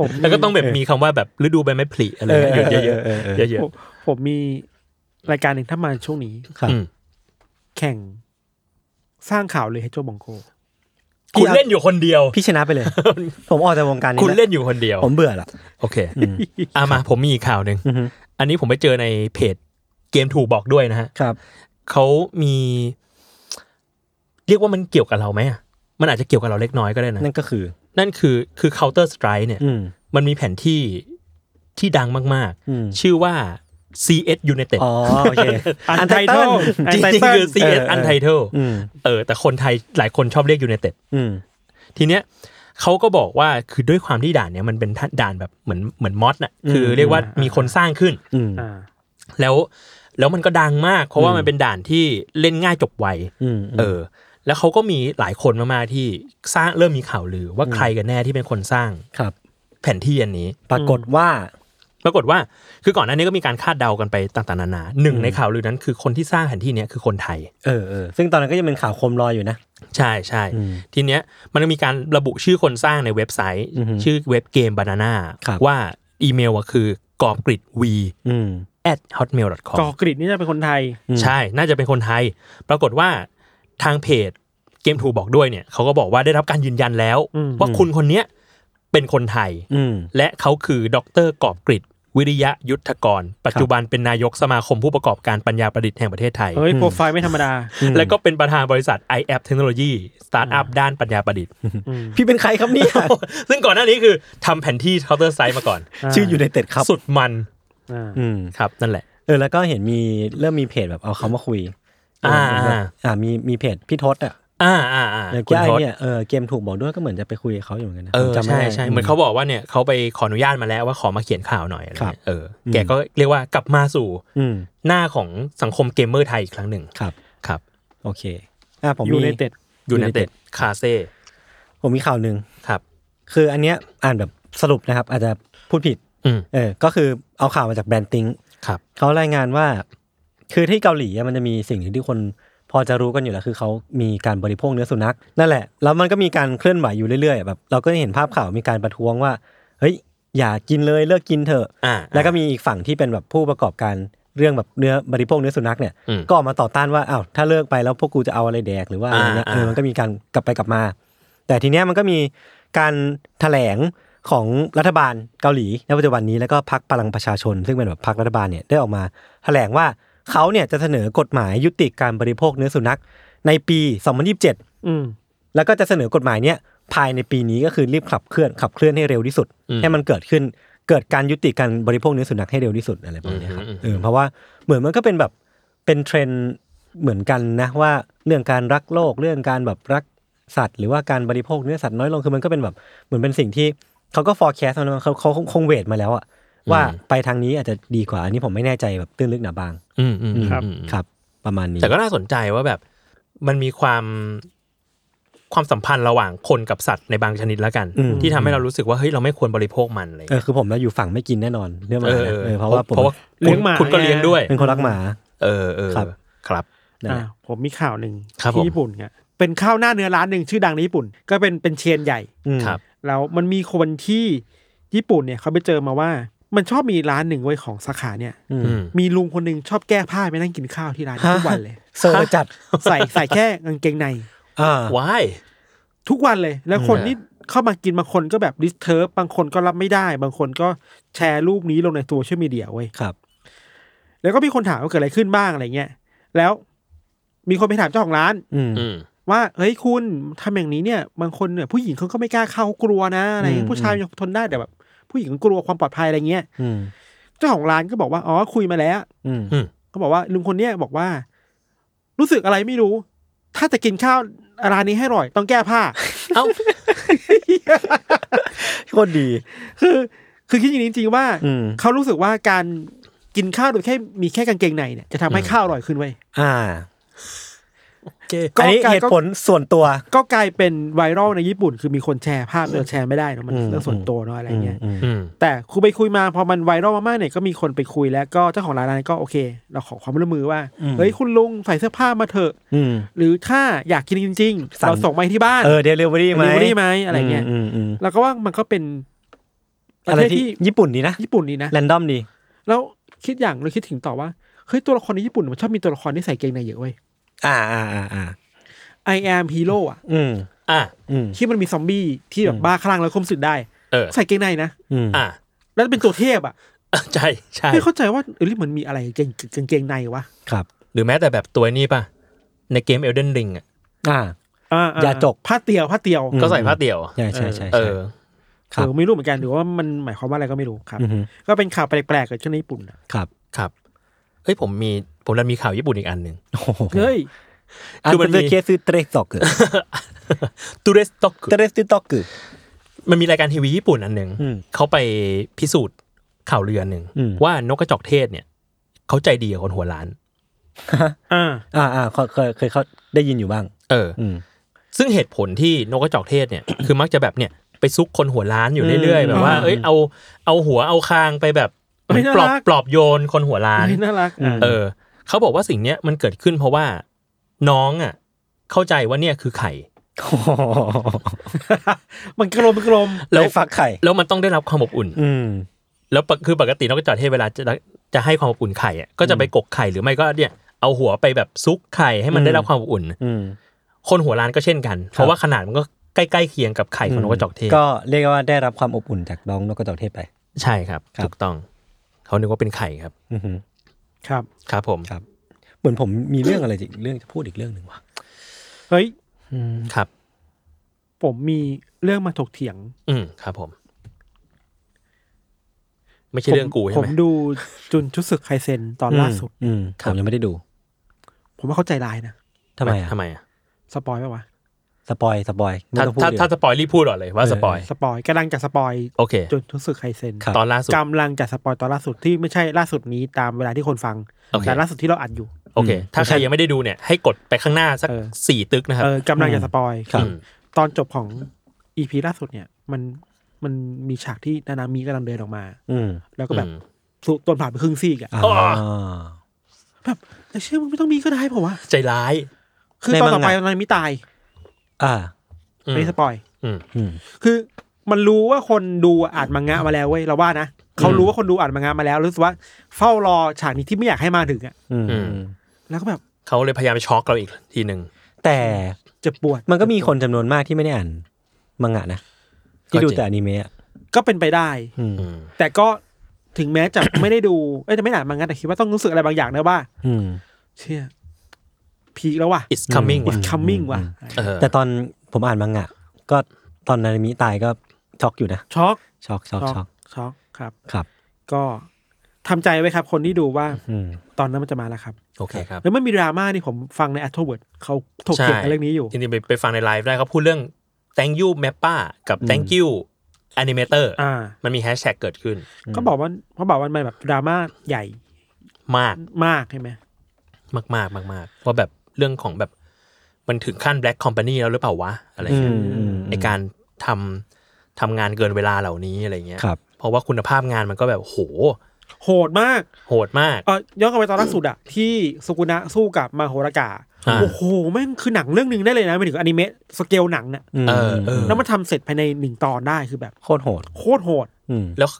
B: ผม
C: แล้วก็ต้องแบบมีคำว่าแบบฤดูใบไม้ผลิอะไรเงี้ยเยอะ
D: เออเออเออ
C: ๆเยอะ
B: ผมผมมีรายการหนึ่งถ้ามาช่วงนี้
D: ครั
C: ๆ
D: บ
C: อืม
B: แข่งสร้างข่าวเลยให้โจบองโก
C: คุณเล่นอยู่คนเดียว
D: พี่ชนะไป เลย ผมออกจากวงการนี้
C: คุณ
D: แล้ว
C: เล่นอยู่คนเดียว
D: ผมเบื่อละ
C: โอเคอ่ะมาผมมีอีกข่าวหนึ่ง
D: อือฮึ
C: อันนี้ผมไปเจอในเพจเกมถูกบอกด้วยนะฮะ
D: ครับ
C: เขามี เรียกว่ามันเกี่ยวกับเราไหมอะมันอาจจะเกี่ยวกับเราเล็กน้อยก็ได้นะ
D: นั่นก็คือ
C: นั่นคือคือ counter strike เนี่ย
D: อืม
C: มันมีแผนที่ที่ดังมาก
D: อืม
C: ๆ ชื่อว่า CS United
D: อ๋อโอเค
B: Untitled
C: จริงๆคือ
D: เออ
C: CS
D: เออ
C: Untitled
D: อืม
C: เออ แต่คนไทยหลายคนชอบเรียก United
D: อืม
C: ทีเนี้ยเขาก็บอกว่าคือด้วยความที่ด่านเนี้ยมันเป็นท่าด่านแบบเหมือนเหมือนมอดน่ะ
D: อืม
C: คือเรียกว่ามีคนสร้างขึ้น
D: อืม
B: อ่า
C: แล้วแล้วมันก็ดังมาก เพราะว่ามันเป็นด่านที่เล่นง่ายจบไว
D: อืม
C: เออ แล้วเขาก็มีหลายคนมากๆที่สร้างเริ่มมีข่าวลือว่าใครกันแน่ที่เป็นคนสร้าง
D: ครับ
C: แผนที่อันนี้
D: ปรากฏว่า
C: ปรากฏว่าคือก่อนหน้านี้ก็มีการคาดเดากันไปต่างๆนานาหนึ่งในข่าวลือนั้นคือคนที่สร้างแผนที่เนี้ยคือคนไทย
D: เออเออซึ่งตอนนั้นก็ยังเป็นข่าวโคมลอยอยู่นะ
C: ใช่ใช่
D: อืม
C: ทีเนี้ยมันก็มีการระบุชื่อคนสร้างในเว็บไซต์
D: อือฮึ
C: ชื่อเว็บเกมบานาน่า
D: ครับ
C: ว่าอีเมลอะคือกอบกริด v
D: อืม
C: at hotmail com
B: จอกริดนี่จะเป็นคนไทย
C: ใช่ น่าจะเป็นคนไทย ปรากฏว่าทางเพจเกมทูบอกด้วยเนี่ยเขาก็บอกว่าได้รับการยืนยันแล้ว
B: อืม
C: ว่าคุณคนเนี้ยเป็นคนไทย
D: อืม
C: และเขาคือดรกอบกริดวิริยะยุทธกร ปัจจุบันเป็นนายกสมาคมผู้ประกอบการปัญญาประดิษฐ์แห่งประเทศไทย
B: เฮ้ยโปรไฟล์ไม่ธรรมดา
C: และก็เป็นประธานบริษัท i a p Technology สตาร์ทอัพด้านปัญญาประดิษฐ์
D: พี่เป็นใครครับเนี่ย
C: ซึ่งก่อนหน้านี้คือทำแผนที่ Counter Strike มาก่อน
D: ชื่ออยู่ในเต็ดครับ
C: สุดมัน
B: อ่า
D: อืม
C: ครับ นั่นแหละ
D: เออแล้วก็เห็นมีเริ่มมีเพจแบบเอาเขามาคุย
C: อ่า
D: เอ่ามีมีเพจพี่ทศอ่ะ
C: อ่าอ่าอ่า
D: แล้ว
C: คุณ
D: ก็ไอ
C: ทศ
D: เนี่ยเออเกมถูกบอกด้วยก็เหมือนจะไปคุยกับเขาอยู่เหมือนกันนะ
C: เออ
D: ผมจำไม่
C: ใช่
D: ได้
C: ใช่เหมือนเขาบอกว่าเนี่ยเขาไปขออนุญาตมาแล้วว่าขอมาเขียนข่าวหน่อยอะไร
D: ครับ
C: เงี้ยเอออ
D: ม
C: แกก็เรียกว่ากลับมาสู่
D: อืม
C: หน้าของสังคมเกมเมอร์ไทยอีกครั้งหนึ่ง
D: ครับ
C: ครับ
D: โอเคอ่าผม
B: อยู่
D: มี
B: ในเต็ด
C: ยูไนเต็ด
D: United
C: คาเซ่
D: ผมมีข่าวหนึ่ง
C: ครับ
D: คืออันเนี้ยอ่านแบบสรุปนะครับ อาจจะพูดผิด
C: อืม
D: เออ ก็คือเอาข่าวมาจากแบรนด์ติง
C: ครับ
D: เขารายงานว่า คือที่เกาหลีอะมันจะมีสิ่งหนึ่งที่คนพอจะรู้กันอยู่แล้ว คือเขามีการบริโภคเนื้อสุนัขนั่นแหละ แล้วมันก็มีการเคลื่อนไหวอยู่เรื่อยๆแบบเราก็เห็นภาพข่าวมีการประท้วงว่า เฮ้ย อย่ากินเลยเลิกกินเถอะ
C: อ่า
D: แล้วก็มีอีกฝั่งที่เป็นแบบผู้ประกอบการเรื่องแบบเนื้อบริโภคเนื้อสุนัขเนี่ย
C: อืม
D: ก็ออกมาต่อต้านว่าอ้าวถ้าเลิกไปแล้วพวกกูจะเอาอะไรแดกหรือว่าอะไรเนี่ย
C: อ่า
D: เออ
C: อ่ามั
D: มันก็มีการกลับไปกลับมา แต่ทีเนี้ยมันก็มีการแถลงของรัฐบาลเกาหลีในปัจจุบันนี้แล้วก็พักพลังประชาชน ซึ่งเป็นแบบพักรัฐบาลเนี่ยได้ออกมา แถลงว่าเขาเนี่ยจะเสนอกฎหมายยุติการบริโภคเนื้อสุนัขในปี 2027
B: อืม
D: แล้วก็จะเสนอกฎหมายเนี่ยภายในปีนี้ก็คือรีบขับเคลื่อนขับเคลื่อนให้เร็วที่สุด
C: อืม
D: ให้มันเกิดขึ้นเกิดการยุติการบริโภคเนื้อสุนัขให้เร็วที่สุดอะไรประมาณเนี้ยครับ
C: อืมอืมอืม
D: เออเพราะว่าเหมือนมันก็เป็นแบบเป็นเทรนด์เหมือนกันนะว่าเรื่องการรักโลกเรื่องการแบบรักสัตว์ หรือว่าการบริโภคเนื้อสัตว์น้อยลงคือมันก็เป็นแบบเหมือนเป็นสิ่งที่เขาก็ forecast มาแล้วเขาเขาคงเวทมาแล้วอะว่าไปทางนี้อาจจะดีกว่าอันนี้ผมไม่แน่ใจแบบตื้นลึกหนาบาง
C: อืมอืมอืม
B: ครับ
C: อืม
D: ครับ ประมาณนี้
C: แต่ก็น่าสนใจว่าแบบมันมีความความสัมพันธ์ระหว่างคนกับสัตว์ในบางชนิดแล้วกัน
D: อืม
C: ที่ทำให้เรารู้สึกว่าเฮ้ยเราไม่ควรบริโภคมันเลย
D: เออคือผมเราอยู่ฝั่งไม่กินแน่นอนเรื่องหมานะเออเพราะว่าผม
C: เพราะว่า
B: เลี้ยงหมา
C: คุณก็เลี้ยงด้วย
D: เป็นคนรักหมา
C: เออเออ
D: ครับ
C: ครับ
D: นั่นแห
B: อ่า
D: ละ
B: ผมมีข่าวหนึ่ง
C: ครับผม
B: ที่ญี่ปุ่นครับเป็นข้าวหน้าเนื้อร้านหนึ่งชื่อดังในญี่ปุ่น ก็เป็นเป็นเชนใหญ่
D: อืม
C: ครับ
B: แล้วมันมีคนที่ญี่ปุ่นเนี่ยเขาไปเจอมาว่า มันชอบมีร้านหนึ่งไว้ยของสาขาเนี่ย
D: อืม
C: อืม
B: มีลุงคนหนึ่งชอบแก้ผ้าไปนั่งกินข้าวที่ร้านทุกวันเลย
D: เซอร์จัด
B: ใส่ใส่แค่กางเกงใน
D: อ่า
C: why
B: ทุกวันเลย แล้วคน
C: อืม
B: ที่เข้ามากินบางคนก็แบบดิสเทิร์บบางคนก็รับไม่ได้ บางคนก็แชร์รูปนี้ลงในโซเชียลมีเดียเว้ย
D: ครับ
B: แล้วก็มีคนถามว่าเกิดอะไรขึ้นบ้างอะไรเงี้ย แล้วมีคนไปถามเจ้าของร้าน
D: อืม
C: อืม
B: ว่าเฮ้ยคุณทำอย่างนี้เนี่ย บางคนเนี่ยผู้หญิงเขาก็ไม่กล้าเข้าเขากลัวนะอะไรเงี้
D: อื
B: ย
D: ม
B: ผู้ชายยังทนได้แต่แบบ ผู้หญิงก็กลัวความปลอดภัยอะไรเงี้ย
D: อืม
B: เจ้าของร้านก็บอกว่าอ๋อคุยมาแล้ว
D: อืม
B: เขาบอกว่าลุงคนเนี้ยบอกว่า รู้สึกอะไรไม่รู้ ถ้าจะกินข้าวร้านนี้ให้อร่อย ต้องแก้ผ้า
C: เอ้า
D: โคตรดี
B: คือคือคิดอย่างนี้จริงๆว่า
D: อืม
B: เขารู้สึกว่าการกินข้าวโดยแค่มีแค่กางเกงในเนี่ยจะทำให้
C: อืม
B: ข้าวอร่อยขึ้นเว้ย
D: อ่า
C: โอเค
B: ก็
D: อันนี้
B: การ
D: เหตุผลส่วนตัว
B: ก็กลายเป็นไวรัลในญี่ปุ่น คือมีคนแชร์ภาพเราแชร์ไม่ได้เนอะมัน
D: อืม
B: เรื่องส่วนตัวเนาะอะไรเงี้ย
D: อืม
C: อืม
B: แต่คุยไปคุยมาพอมันไวรัลมากๆเนี่ยก็มีคนไปคุยแล้วก็เจ้าของร้านนั้นก็โอเค เราขอความร่วมมือว่าเฮ้ยคุณลุงใส่เสื้อผ้ามาเถอะ
D: อืม
B: หรือถ้าอยากกินจริงๆ
D: สั่ง
B: เราส่งไปที่บ้าน
D: เออเดลิเวอรี่ไหม
B: เดลิเวอรี่ไหมอะไรเงี้ย
D: อืมอืม
B: เราก็ว่ามันก็เป็นป
D: อะ
B: ระ
D: ไร
B: เทศ
D: ที่
B: ที่
D: ญี่ปุ่นดีนะ
B: ญี่ปุ่นนี่นะ
D: แรนดอมดี
B: แล้วคิดอย่างเราคิดถึงต่อว่าเฮ้ยตัวละครในญี่ปุ่นมันชอบมีตัวละครที่ใส่เกงในเยอะเว้ย
D: อ่าอ่าอ่าอ่า
B: I am hero อ่ะ
D: อืม
C: อ่ะ
D: อืม
B: ที่มันมีซอมบี้ที่แบบบ้าคลั่งแล้วคมสึกได้
C: เออ
B: ใส่เกงในนะ
D: อืม
C: อ่ะ
B: แล้วเป็นตัวเทพอ่ะ
C: ใช่ใช่
B: ไม่เข้าใจว่าเออมันมีอะไรเกงเกงเกงในวะ
D: ครับ
C: หรือแม้แต่แบบตัวนี้ป่ะ ในเกม Elden Ring อ่ะ
D: อ่า
B: อ่ๆ
D: อย่าจก
B: ผ้าเตียวผ้าเตียว
D: อืม
C: ก็ใส่ผ้าเดี่ยว
D: ใช่ใช่ใช่
C: เอ
D: ใช่
C: อ
D: ครับ
B: เออไม่รู้เหมือนกันหรือว่ามันหมายความว่าอะไรก็ไม่รู้ครับ
D: อืม
B: ก็เป็นข่าวแปลกๆเกิดขึ้นในญี่ปุ่นนะครับ
C: ครับเฮ้ยผมมีผมดันมีข่าวญี่ปุ่นอีกอันหนึ่ง
D: โอ้โห
B: เฮ้ย
D: อัน
C: คือมันมี
D: เป็นเคสซื้อเตรสตอกเกอร์
C: ตูเรสต็อก
D: เตรสติตอกเกอร์
C: มันมีรายการทีวีญี่ปุ่นอันหนึ่ง
D: อืม
C: เขาไปพิสูจน์ข่าวเรืออันหนึ่ง
D: อืม
C: ว่านกกระจอกเทศเนี่ยเขาใจดีกับคนหัวล้าน
B: อ่า
D: อ่าอ่าเคยเคยเคยเขาได้ยินอยู่บ้าง
C: เออ
D: อืม
C: ซึ่งเหตุผลที่นกกระจอกเทศเนี่ย คือมักจะแบบเนี่ยไปซุกคนหัวล้านอยู่เรื่อยๆ
D: อืม
C: แบบว่า
D: อืม
C: เอ้ยเอาเอาหัวเอาคางไปแบบเหมือนปลอบปลอบโยนคนหัวล้าน
B: เฮ้ยน่ารักอ่ะ
C: เออเขาบอกว่าสิ่งเนี้ยมันเกิดขึ้นเพราะว่าน้องอ่ะเข้าใจว่าเนี่ยคือไข่
D: โอ้โห
B: มันกลมมันกลม
C: แล้ว
D: ได้ฟักไข่
C: แล้วมันต้องได้รับความอบอุ่น
D: อืม
C: แล้วปกคือปกตินกกระจอกเทศเวลาจะจะให้ความอบอุ่นไข่อะก็จะไปกกไข่หรือไม่ก็เนี่ยเอาหัวไปแบบซุกไข่ให้มันได้รับความอบอุ่น
D: อืม
C: คนหัวล้านก็เช่นกัน เพราะว่าขนาดมันก็ใกล้ๆเคียงกับไข่ของนกกระจอกเทศ
D: ก็เรียกว่าได้รับความอบอุ่นจากน้องนกกระจอกเทศไป
C: ใช่ครับ
D: ครับ
C: ถูกต้องเขานึกว่าเป็นไข่ครับ
D: อือหือ
B: ครับ
C: ครับผม
D: ครับ เหมือนผมมีเรื่องอะไรอีกเรื่องจะพูดอีกเรื่องหนึ่งว่ะ
B: เฮ้ย
C: ครับ
B: ผมมีเรื่องมาถกเถียง
C: อืมครับผม ไม่ใช่เรื่องกู
B: ผ
C: ใช่ไห
B: ผม มดูจุนชุดศึกไคเซนตอนล่าสุด
D: อืม
C: ค
D: ผ
C: รับ
D: มยังไม่ได้ดู
B: ผมว่าเขาใจร้ายนะ
D: ทำไมอ่ะ
C: ทำไมอ่ะ
B: สปอยปะวะ
D: สปอยสปอยไม่
C: ถ้า
D: ต้องพูด
C: ถ้า
D: ดีก
C: ถ้า
D: ว่า
C: สปอยรีบพูดก่อนเลยว่าสปอย
B: สปอยกำลังจะสปอย
C: โอเค
B: จุนชุดศึกไคเซน
D: ครับ
C: ตอนล่าสุด
B: กำลังจะสปอยตอนล่าสุดที่ไม่ใช่ล่าสุดนี้ตามเวลาที่คนฟัง
C: โอเค
B: แต่ล่าสุดที่เราอัดอยู่
C: โอเค ถ้าใครยังไม่ได้ดูเนี่ย ให้กดไปข้างหน้าสัก
B: เออ
C: สี่ตึกนะครับ
B: เออกำลังจะสปอย
D: ครับ
C: อืม
B: ตอนจบของอีพีล่าสุดเนี่ย มันมันมีฉากที่นานามิกำลังเดินออกมา
D: อืม
B: แล้วก็แบบ
C: อืม
B: สูตนผ่านไปครึ่งซีกอะ
D: อ่า
B: แบบไอ้เชื่อมึงไม่ต้องมีก็ได้ผมว่า
C: ใจร้าย
B: คือ
D: ใน
B: ตอน
D: มังงะ
B: ต่อไปนานามิตาย
D: อ่า
C: อืม
B: ไม่สปอย
C: อืม
D: อืม
B: คือ มันรู้ว่าคนดูอ่านมังงะมาแล้วเว้ยเราว่านะเขารู้ว่าคนดูอ่านมังงะมาแล้วรู้สึกว่าเฝ้ารอฉากนี้ที่ไม่อยากให้มาถึงอ่ะ
D: อืม
C: อืม
B: แล้วก็แบบ
C: เขาเลยพยายามช็อกเราอีกทีหนึ่ง
D: แต่
B: เจ็บปวด
D: มันก็มีคนจำนวนมากที่ไม่ได้อ่านมังงะนะที่ดู
C: ก็จริง
D: แต่อนิเมะอะ
B: ก็เป็นไปได้
D: อืม
C: อืม
B: แต่ก็ถึงแม้จะ ไม่ได้ดูเอ้ยแต่ไม่ได้อ่านมังงะแต่คิดว่าต้องรู้สึกอะไรบางอย่างนะว่า
D: อืม
B: เชี่ยพีคแล้วว่ะ
C: it's coming ว่ะ
B: it's coming ว่ะ
C: เออ
D: แต่ตอนผมอ่านมังงะก็ตอนนาริมิตายก็ช็อกอยู่นะ
B: ช็อก
D: ช็อกช็อกช็อก
B: ช็อกครับ
D: ครับ
B: ก็ทำใจไว้ครับ คนที่ดูว่า
D: อืม
B: ตอนนั้นมันจะมาแล้วครับ
C: โอเคครับ
B: แล้วมันมีดราม่านี่ผมฟังในอัธเวิร์ดเขาถกเถียงกันเรื่องนี้อยู่
C: ใช่จริงๆไปไปฟังในไลฟ์ได้เขาพูดเรื่อง thank you mappa กับ thank you animator
B: อ่า
C: มันมีแฮชแท็กเกิดขึ้น
B: ก็บอกว่าเขาบอกว่ามันแบบดราม่าใหญ่
C: มาก
B: มากใช่ไหม
C: มากมากมากมากว่าแบบเรื่องของแบบมันถึงขั้น black company แล้วหรือเปล่าวะ อะไรเงี้ย
D: อืมอืมอืม
C: ไอการทำทำงานเกินเวลาเหล่านี้อะไรเงี้ย
D: ครับ
C: เพราะว่าคุณภาพงานมันก็แบบโห
B: โหดมาก
C: โหดมาก
B: เออย้อนกลับไปตอนล่าสุด อะที่สุกุนะสู้กับมาโหรากา
C: อ่า
B: โอ้โหแม่งคือหนังเรื่องหนึ่งได้เลยนะไม่ถึงอนิเมะสเกลหนังเนี่ย
C: เออเออ
B: แล้วมันทำเสร็จภายในหนึ่งตอนได้คือแบบ
D: โคตรโหด
B: โคตรโหด
D: อืม
C: แล้ว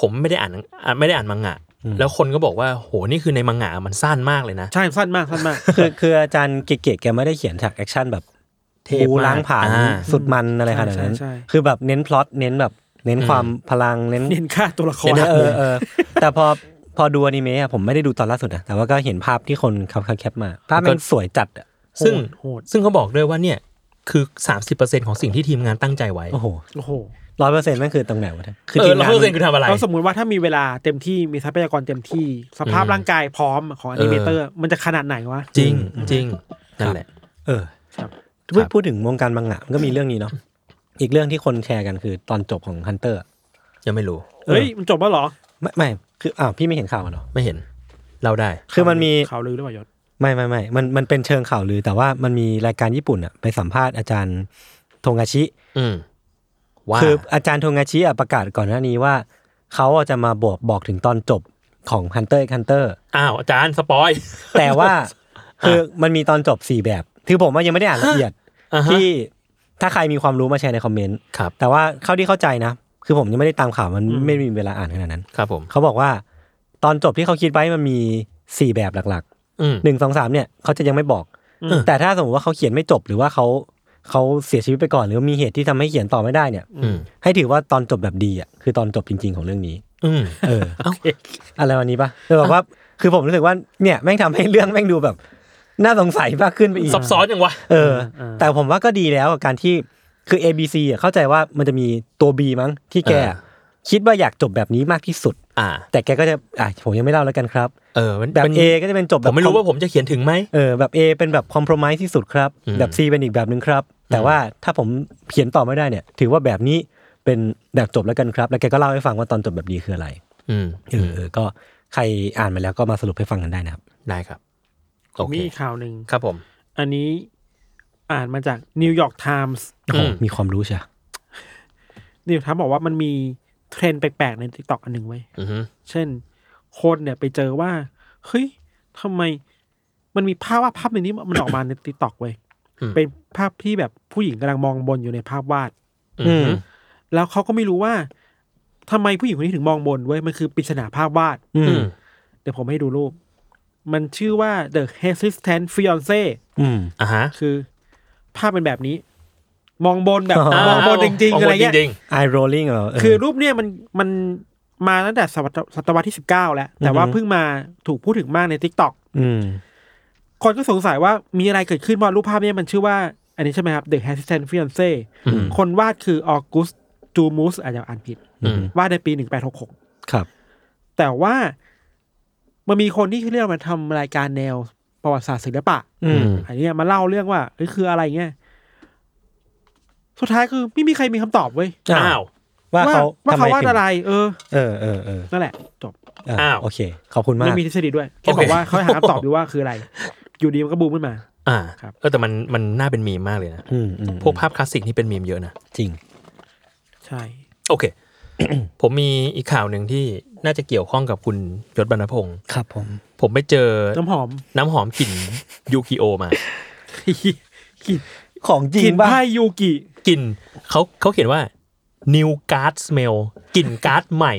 C: ผมไม่ได้อ่านหนังอ่ะไม่ได้อ่านมังงะ แล้วคนก็บอกว่าโหนี่คือในมังงะมันสั้นมากเลยนะ
B: ใช่สั้นมากสั้นมาก
D: คือคืออาจารย์เก๋ๆแกไม่ได้เขียนฉากแอคชั่นแบบ
C: เทพมาก
D: บูล้างผ่าน
C: อ่า
D: สุดมันอะไรขนาดนั้น
B: ใช่ใช่ใช่
D: คือแบบเน้นพล็อตเน้นแบบ เน้นความพลังเน้น
B: เน้นค่าตัวละคร
D: เน้นเออเออ แต่พอพอดูอนิเมะอะผมไม่ได้ดูตอนล่าสุดนะแต่ว่าก็เห็นภาพที่คนเขาแคปมา ภาพมันสวยจัดอะ
C: ซึ่ง
B: โหด
C: ซึ่งเขาบอกด้วยว่าเนี่ยคือ 30%ของสิ่งที่ทีมงานตั้งใจไว้
D: โอ้โห
B: โอ้โห
D: ร้อยเปอร์เซ็นต์นั่นคือตรงไหนวะเนี่ย
C: คือทีมงานเปอร์เซ็นต์คือทำอะไร
B: เราสมมุติว่าถ้ามีเวลาเต็มที่มีทรัพยากรเต็มที่ สภาพ
C: อืม
B: ร่างกายพร้อมของอนิเมเตอร์มันจะขนาดไหนวะ
C: จริงจริงนั่นแหละ
D: เออ
B: ครับ
D: พูดพูดถึงวงการมังงะมันก็มีเรื่องนี้เนาะอีกเรื่องที่คนแชร์กันคือตอนจบของฮันเตอร์
C: ยังไม่รู้
B: เฮ้ยมันจบแล้วเหรอ
D: ไม่ไม่คืออ้าวพี่ไม่เห็นข่าวเหรอ
C: ไม่เห็น เราได้
D: คือมันมี
B: ข่าวลือหรือเปล่ายศ
D: ไม่ไม่ไม่มันมันเป็นเชิงข่าวลือ แต่ว่ามันมีรายการญี่ปุ่นอะไปสัมภาษณ์อาจารย์โทงาชิ
C: อืมว่า
D: คืออาจารย์โทงาชิอะประกาศก่อนหน้านี้ว่า เขาอะจะมาบอกบอกถึงตอนจบของฮันเตอร์ฮันเตอร์
C: อ้าวอาจารย์สปอย
D: แต่ ว่าคือมันมีตอนจบสี่แบบ คือผมว่ายังไม่ได้อ่านละเอียด
C: อ่าฮะ
D: ที่ถ้าใครมีความรู้มาแชร์ในคอมเมนต์
C: ครับ
D: แต่ว่าเข้าที่เข้าใจนะ คือผมยังไม่ได้ตามข่าวมันไม่มีเวลาอ่านขนาดนั้น
C: ครับผม
D: เขาบอกว่าตอนจบที่เขาคิดไว้มันมีสี่แบบหลักๆ
C: อืม
D: หนึ่งสองสามเนี่ยเขาจะยังไม่บอก แต่ถ้าสมมติว่าเขาเขียนไม่จบหรือว่าเขาเขาเสียชีวิตไปก่อน หรือว่ามีเหตุที่ทำให้เขียนต่อไม่ได้เนี่ย
C: อืม
D: ให้ถือว่าตอนจบแบบดีอ่ะคือตอนจบจริง ๆของเรื่องนี้
C: อืม
D: เออ
C: เอ้า
D: อะไรวันนี้ปะคือแบบว่าคือผมรู้สึกว่าเนี่ยแม่งทำให้เรื่องแม่งดูแบบ น่าสงสัยมากขึ้นไปอีก
C: ซับซ้อนยังวะ
D: เออ แต่ผมว่าก็ดีแล้วกับการที่คือ A B C อ่ะเข้าใจว่ามันจะมีตัว B มั้งที่แกอะ
C: เอ
D: คิดว่าอยากจบแบบนี้มากที่สุด
C: อ่า
D: แต่แกก็จะอ่ะผมยังไม่เล่าแล้วกันครับ
C: เออมัน
D: แบบ
C: มัน
D: A ก็จะเป็นจบแบ
C: ผ
D: บ
C: มไม่รู้ว่าผมจะเขียนถึงไหม
D: เออแบบ A เป็นแบบคอม p r o m i s e ที่สุดครับ
C: อืม
D: แบบ C เป็นอีกแบบหนึ่งครับ แต่ว่าถ้าผมเขียนต่อไม่ได้เนี่ย ถือว่าแบบนี้เป็นแบบจบแล้วกันครับ แล้วแกก็เล่าให้ฟังว่าตอนจบแบบดีคืออะไร
C: อืม
D: เออเออก็ใครอ่านมาแล้วก็มาสรุปให้ฟังกันได้นะครับ
C: ได้ครับโอเค
B: มีข่าวหนึ่ง
C: ครับผม
B: อันนี้อ่านมาจากนิวยอร์กไทมส์
C: อืม
D: มีความรู้ใช่ไหม
B: นิวยอร์กไทมส์บอกว่ามันมีเทรนด์แปลกๆในติ๊กต็อกอันหนึ่งไว้ย
C: อือฮึ
B: เช่น คนเนี่ยไปเจอว่าเฮ้ยทำไมมันมีภาพวาดภาพหนึ่งที่มันออกมาในติ๊กต็อกเว้ยเป็นภาพที่แบบผู้หญิงกำลังมองบนอยู่ในภาพวาด
C: อืม
B: แล้วเขาก็ไม่รู้ว่าทำไมผู้หญิงคนนี้ถึงมองบนเว้ยมันคือปริศนาภาพวาด
D: อื
C: อื
D: ม
C: ม
B: เดี๋ยวผมให้ดูรูป มันชื่อว่า The Hesitant Fiance
D: อืม
C: อ่าฮะ
B: คือภาพเป็นแบบนี้ มองบนแบบ
D: อ่า
B: มองบนจริง ๆ อะไรเงี้ย
C: มบนจริง
D: eye rolling เหรอเ
B: คือรูปเนี่ยมันมันมาตั้งแต่ศตวรรษศตวรรษที่สิบเก้าแล้ว แต่ว่าเพิ่งมาถูกพูดถึงมากใน t ิ k t o k
D: อืม
B: คนก็สงสัยว่ามีอะไรเกิดขึ้นว่ารูปภาพเนี่ยมันชื่อว่า อันนี้ใช่ไหมครับ The Hesitant Fiance คนวาดคือออกุสจูมูสอาจจะอ่านผิด
C: อืม
B: วาดในปีหนึ่งแปดหกหก
D: ครับ
B: แต่ว่ามันมีคนที่เขาเรียกมาทำรายการแนวประวัติศาสตร์ศิลปะ
D: อืม
B: อันเนี้ยมาเล่าเรื่องว่าเอ้ยคืออะไรเงี้ยสุดท้ายคือไม่มีใครมีคำตอบเว้ย
C: ๆอ้าว
D: ว่าเขา
B: ว่า
D: ทำไม
B: เขาวาด
D: ถึง
B: อะไร เออ
D: เออเออเออ
B: นั่นแหละ จบ
D: อ่ะ
C: อ้าว
D: โอเค ขอบคุณมาก
B: ไม่มีทฤษฎีด้วยแค่บอกว่าเขาหาคำตอบอยู่ว่าคืออะไร อยู่ดีมันก็บูมขึ้นมา
C: อ่า
B: ครับ
C: เออแต่มันมันน่าเป็นมีมมากเลยนะ
D: อืมอืม
C: พวกภาพคลาสสิกนี่เป็นมีมเยอะนะ
D: จริง
B: ใช่
C: โอเค ผมมีอีกข่าวหนึ่งที่น่าจะเกี่ยวข้องกับคุณยศบรรณพงศ์
D: ครับผม
C: ผมไปเจอ
B: น้ำหอม
C: น้ำหอมกลิ่น ยูกิโอมา
B: กลิน
D: ของจริ
B: กลิ
D: ง
B: น
D: ป่ะ
B: ไพ่ยูกิ
C: กลิ่นเขาเขาเขียนว่า new card smell กลิ่นการ์ดใหม่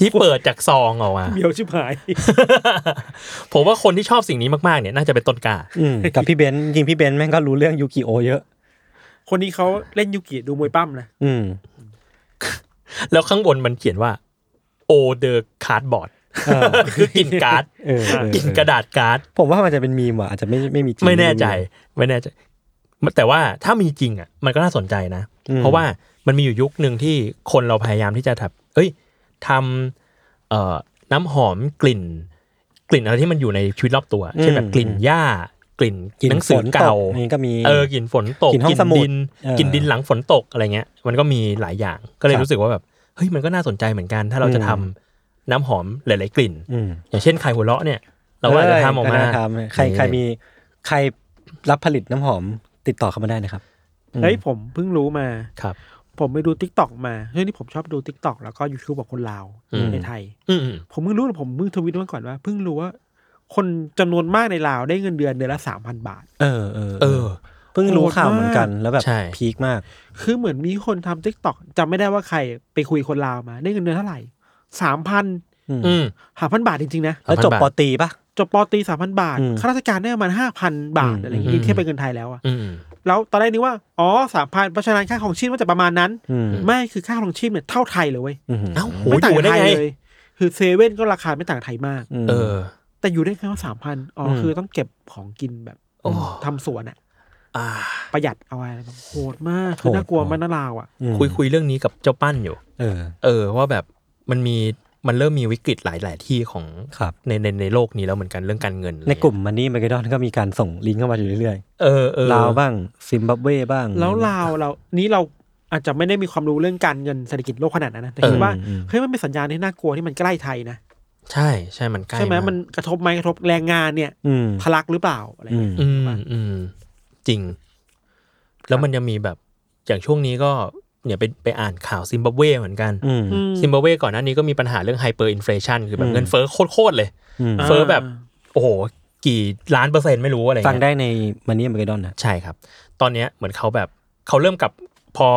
C: ที่เปิดจากซองออกมา
B: เบียวชิบหาย
C: ผมว่าคนที่ชอบสิ่งนี้มากๆเนี่ยน่าจะเป็นต้นกล้า
D: อืมกับพี่เบนซ์จริงพี่เบนซ์แม่งก็รู้เรื่องยูกิโอเยอะ
B: คนนี้เขาเล่นยูกิดูมวยปั้มนะ
D: อืม
C: แล้วข้างบนมันเขียนว่า o the cardboard
D: เออ
C: คื อกลิ่น การ์ด
D: เออเออก
C: ลิ่นกระดาษการ์ด
D: ผมว่ามันจะเป็นมีมว่ะอาจจะไม่ไม่มีริง
C: ไม่แน่ใจไม่แน่ใจ แต่ว่าถ้ามีจริงอ่ะมันก็น่าสนใจนะ
D: อืม
C: เพราะว่ามันมีอยู่ยุคหนึ่งที่คนเราพยายามที่จะทำเอ้ยทำเอ่อน้ำหอมกลิ่น กลิ่นอะไรที่มันอยู่ในชีวิตรอบตัว เช่นแบบกลิ่นหญ้า กลิ่น
D: กลิ่
C: หนังสือ
D: ฝต
C: เก่า
D: นี่ก็มี
C: เออกลิ่นฝนตก
D: กลิ่นห้องสมุด
C: ดิน
D: เออก
C: ลิ่นดินหลังฝนตกอะไรเงี้ย มันก็มีหลายอย่างก็เลย
D: ครับ
C: รู้สึกว่าแบบเฮ้ยมันก็น่าสนใจเหมือนกัน ถ้าเราจะ
D: อืม
C: ทำน้ำหอมหลาย ๆ กลิ่น
D: อืม
C: อย่างเช่นไข่หัวเราะเนี่ย เราก็อาจจะทำออกมา
D: เน่ทำใคร
C: นี่
D: ใครมีใครรับผลิตน้ำหอมติดต่อเข้ามาได้นะครับ
B: เฮ้ยผมเพิ่งรู้มา
C: ครับ
B: ผมไปดูทิกตอกมาเรื่องที่ผมชอบดูทิกตอกแล้วก็ยูทูบของคนลาว
C: อืม
B: ในไทย
C: อืมอืม
B: ผมเพิ่งรู้ผมเพิ่งทวิตเมื่อก่อนว่าเพิ่งรู้ว่า คนจำนวนมากในลาวได้เงินเดือนเดือนละสามพันบาท
D: เออเออ
C: เออ
D: เพิ่งรู้ข่าวเหมือนกันแล้วแบบ
C: ใช่
D: พีคมาก
B: คือเหมือนมีคนทำทิกตอกจำไม่ได้ว่าใครไปคุยคนลาวมา ได้เงินเดือนเท่าไหร่สามพัน
C: อืม
B: หาพันบาทจริง ๆ นะ
D: แล้วจบ
C: 3,000
D: ปอตรีปะ
B: จบปอตรีสามพันบาท
D: อืม
B: ข้าราชการได้ประมาณห้าพันบาท
D: อืม
B: อะไรอย่างงี้
C: อืม
B: เทียบเป็นเงินไทยแล้วอะ
C: อืม
B: แล้วตอนแรกนึกว่าอ๋อสามพันเพราะฉะนั้นค่าของชีพมันจะประมาณนั้น
D: อืม
B: ไม่คือค่าของชีพเนี่ยเท่าไทยเลยเว้ย
D: อืม
C: เอ้าโห
B: ไม่ต่าง
C: อยู่
B: กับ
C: ได้
B: ไทย
C: ไง
B: เลยคือเซเว่นก็ราคาไม่ต่างไทยมาก
D: อืม
C: เออ
B: แต่อยู่ได้แค่ว่าสามพันอ๋ออ
D: ม
B: คือต้องเก็บของกินแบบ
C: โอ้
B: ทำสวนอะ
C: อ่า
B: ประหยัดเอาไว้อะไรแบบโหดมากคือน่ากลัวมากนาลาวอะ
D: อืม
C: คุยคุยเรื่องนี้กับเจ้าปั้นอยู่
D: เออ
C: เออ ว่าแบบมันมีมันเริ่มมีวิกฤตหลายหลายๆที่ของ
D: ครับ
C: ในในในโลกนี้แล้วเหมือนกันเรื่องการเงิน
D: ในกลุ่มมันนี่มาเกดอนก็มีการส่งลิงก์เข้ามาอยู่เรื่อย
C: เออเออ
D: ๆลาวบ้างซิมบับเวบ้าง
B: แล้วลาวเรานี้เราอาจจะไม่ได้มีความรู้เรื่องการเงินเศรษฐกิจโลกขนาดนั้นนะแต่คิดว่า
D: อืม
B: เฮ้ยมันเป็นสัญญาณที่น่ากลัวที่มันใกล้ไทยนะ
C: ใช่ใช่มันใกล้
B: ใช่ไหมา มันกระทบไหมกระทบแรงงานเนี่ย
D: อืม
B: ทะลักหรือเปล่าอะไร
D: อื
B: เงี้ย
D: ม
C: อืมอืมจริง แล้วมันยังมีแบบอย่างช่วงนี้ก็เนี่ยไปไปอ่านข่าวซิมบับเวเหมือนกัน
D: อืม
B: อืม
C: ซิมบับเวก่อนหน้านี้ก็มีปัญหาเรื่องไฮเปอร์อินฟลชันคือแบ
D: อื
C: บ
D: ม
C: เงินเฟ้อโคตรๆเลย
D: อืม
B: อ่า
C: เฟ้อแบบ โอ้โห กี่ล้านเปอร์เซ็นต์ไม่รู้อะไรเงี้
D: ฟัง
C: ย
D: ได้ในมันนี่มาเกดอนนะ
C: ใช่ครับ ตอนเนี้ยเหมือนเขาแบบเขาเริ่มกลับพอ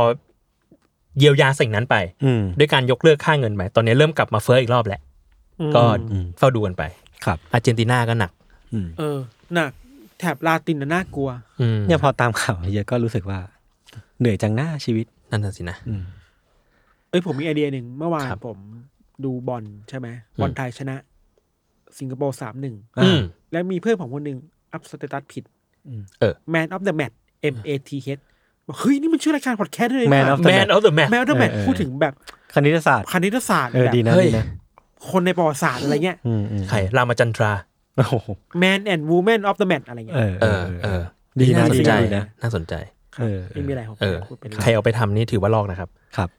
C: เยียวยาสิ่งนั้นไป
D: อืม
C: ด้วยการยกเลิกค่าเงินไปตอนนี้เริ่มกลับมาเฟ้ออีกรอบแหละ
B: อืม
C: ก็
D: อืม
C: เฝ้าดูกันไป
D: ครับ
C: อาร์เจนตินาก็หนัก
D: อืม
B: เออหนักแถบลาตินน่ะน่ากลัว
C: อืม
D: เนี่ยพอตามข่าวเยอะก็รู้สึกว่า เหนื่อยจังหน้าชีวิต
C: นั่นน่ะสินะ
D: อืม
B: เอ้ยผมมีไอเดียหนึ่งเมื่อวาน
C: ครับ
B: ผมดูบอลใช่ไหมบอลไทยชนะ สิงคโปร์สามหนึ่ง
D: อืม
B: และมีเพื่อนผมคนหนึ่งอัพสเตตัสผิด
D: อืม
C: เออ
B: แมนออฟเดอะแมท M A T H บอกเฮ้ยนี่มันชื่อรายการพอดแคสต์ด้วย
D: Man of the
C: แมนเอาเดอะแมท
B: แมนออฟเดอะแมท
D: เออ
B: พูดถึงแบบ
D: คณิตศาสตร์
B: คณิตศาสตร์
D: เออ
B: แบบ
D: ดีนะ
C: เฮ้ย
D: ดีนะ
B: คนในประวัติศาสตร์อะไรเงี้ย
D: อืมอืม
C: ใครรามาจันทรา
D: โอ้โห
B: Man and Woman of the Match อะไรเงี้
D: เอย อ
C: เอ
D: เอ
C: อ
D: อ
C: เอ
D: เอ
C: อ
D: อ
B: ดี
D: ดี
B: นะ
D: นะ
C: ส
D: ดี
C: นใจ
D: นะ
B: ดี
D: ดีนะ
C: น่าสนใจ
B: ครับ
D: เออ
B: ไม่มีอะไรผม
C: เออ
B: พูดไป
C: ใครเอาไปทำนี่ถือว่าลอกนะครับ
D: ครับ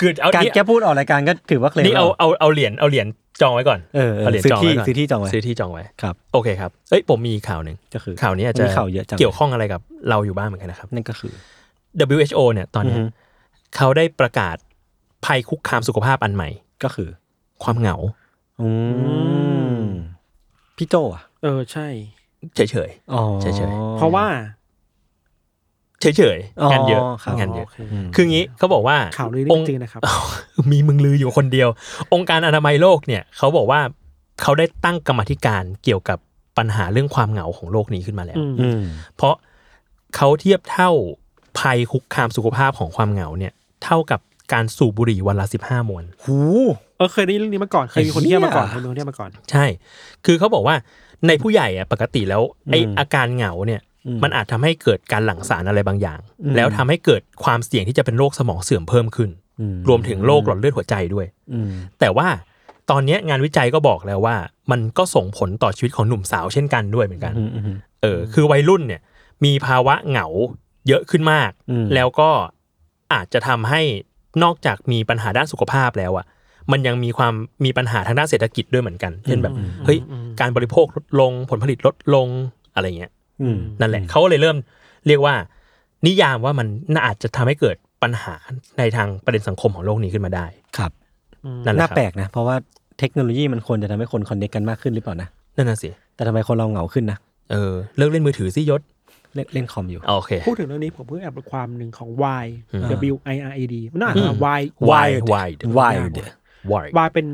C: คือเอา
D: การ
C: นี่
D: แกพูดออกรายการก็ถือว่าเคลม
C: นี่เอา
D: แล้ว
C: เอาเอาเหรียญเอาเหรียญจองไว้ก่อน
D: เออเออ
C: เอาเหรียญ
D: ซื้อ
C: จอง
D: ที่
C: ไว้ก่อน
D: ซื้อที่จองไว้
C: ซื้อที่จองไว้
D: ครับ
C: โอเคครับเอ้ยผมมีข่าวหนึ่ง
D: ก็คือ
C: ข่าวนี้อาจจะ
D: มีข่าวเยอะจัง
C: เกี่ยวข้องอะไรกับเราอยู่บ้างเหมือนกันนะครับ
D: นั่นก็คือ
C: WHO เนี่ยตอนเนี้ย
D: อือฮึ
C: เขาได้ประกาศภัยคุกคามสุขภาพอันใหม่
D: ก็คือ
C: ความเหงา
D: อืมพี่โจอ่ะ
B: เออใช่
C: เฉย
D: อ๋อ
C: เฉย
B: เพราะว่า
C: ๆ เฉย
D: อ๋อ
C: ๆงานเยอะ
D: ครับ
C: งานเยอะ
B: โค
D: อืม
C: คืองี้เขาบอกว่า
B: ข่าวลือ
C: อ
B: นี่
C: งค์
B: จริงนะครับ
C: มีมึงลืออยู่คนเดียว องค์การอนามัยโลกเนี่ยเขาบอกว่าเขาได้ตั้งกรรมาธิการเกี่ยวกับปัญหาเรื่องความเหงาของโลกนี้ขึ้นมาแล้ว
B: อืม
D: อืม
C: เพราะเขาเทียบเท่าภัยคุกคามสุขภาพของความเหงาเนี่ยเท่ากับการสูบบุหรี่วันละสิบห้ามวน
D: หู
B: เออเคยได้ยินเรื่องนี้มาก่อน เคยมีคนเที่ยวมาก่อนเคยมีคนเที่ยวมาก่อน
C: ใช่ คือเขาบอกว่าในผู้ใหญ่อะปกติแล้วไอ
D: อืม
C: อาการเหงาเนี่ย
D: อืม
C: มันอาจทำให้เกิดการหลั่งสารอะไรบางอย่าง
D: อืม
C: แล้วทำให้เกิดความเสี่ยงที่จะเป็นโรคสมองเสื่อมเพิ่มขึ้น
D: อื
C: รวมถึงโรคหลอดเลือดหัวใจด้วย
D: อืม
C: แต่ว่าตอนเนี้ยงานวิจัยก็บอกแล้วว่า มันก็ส่งผลต่อชีวิตของหนุ่มสาวเช่นกันด้วยเหมือนกัน
D: อืมอืม
C: เออคือวัยรุ่นเนี่ยมีภาวะเหงาเยอะขึ้นมาก
D: อืม
C: แล้วก็อาจจะทำให้นอกจากมีปัญหาด้านสุขภาพแล้วอะมันยังมีความมีปัญหาทางด้านเศรษฐกิจด้วยเหมือนกันเช่นแบบ
B: อืม
C: เฮ้ย การบริโภคลดลงผลผลิตลดลงอะไรเงี้ย
D: อืม
C: นั่นแหละเขาเลยเริ่มเรียกว่า นิยามว่ามันน่าอาจจะทำให้เกิดปัญหาในทางประเด็นสังคมของโลกนี้ขึ้นมาได้
D: ครับ
C: นั่นแห
D: น่า
C: ละครับ
D: แปลกนะ เพราะว่าเทคโนโลยีมันควรจะทำให้คนคอนเนคกันมากขึ้นหรือเปล่านะ
C: นั่นน่ะสิ
D: แต่ทำไมคนเราเหงาขึ้นนะ
C: เออเลิกเล่นมือถือสิยศ
D: เล่นเล่นคอมอยู่
C: โอเค
B: พูดถึงเรื่องนี้ผมเพิ่งแอบดูความหนึ่งของ Y
C: อืม
B: W I R A D มันน่าอ่านว่า Y
C: Wired Wired
D: Wired
C: Wired
B: Y เป็น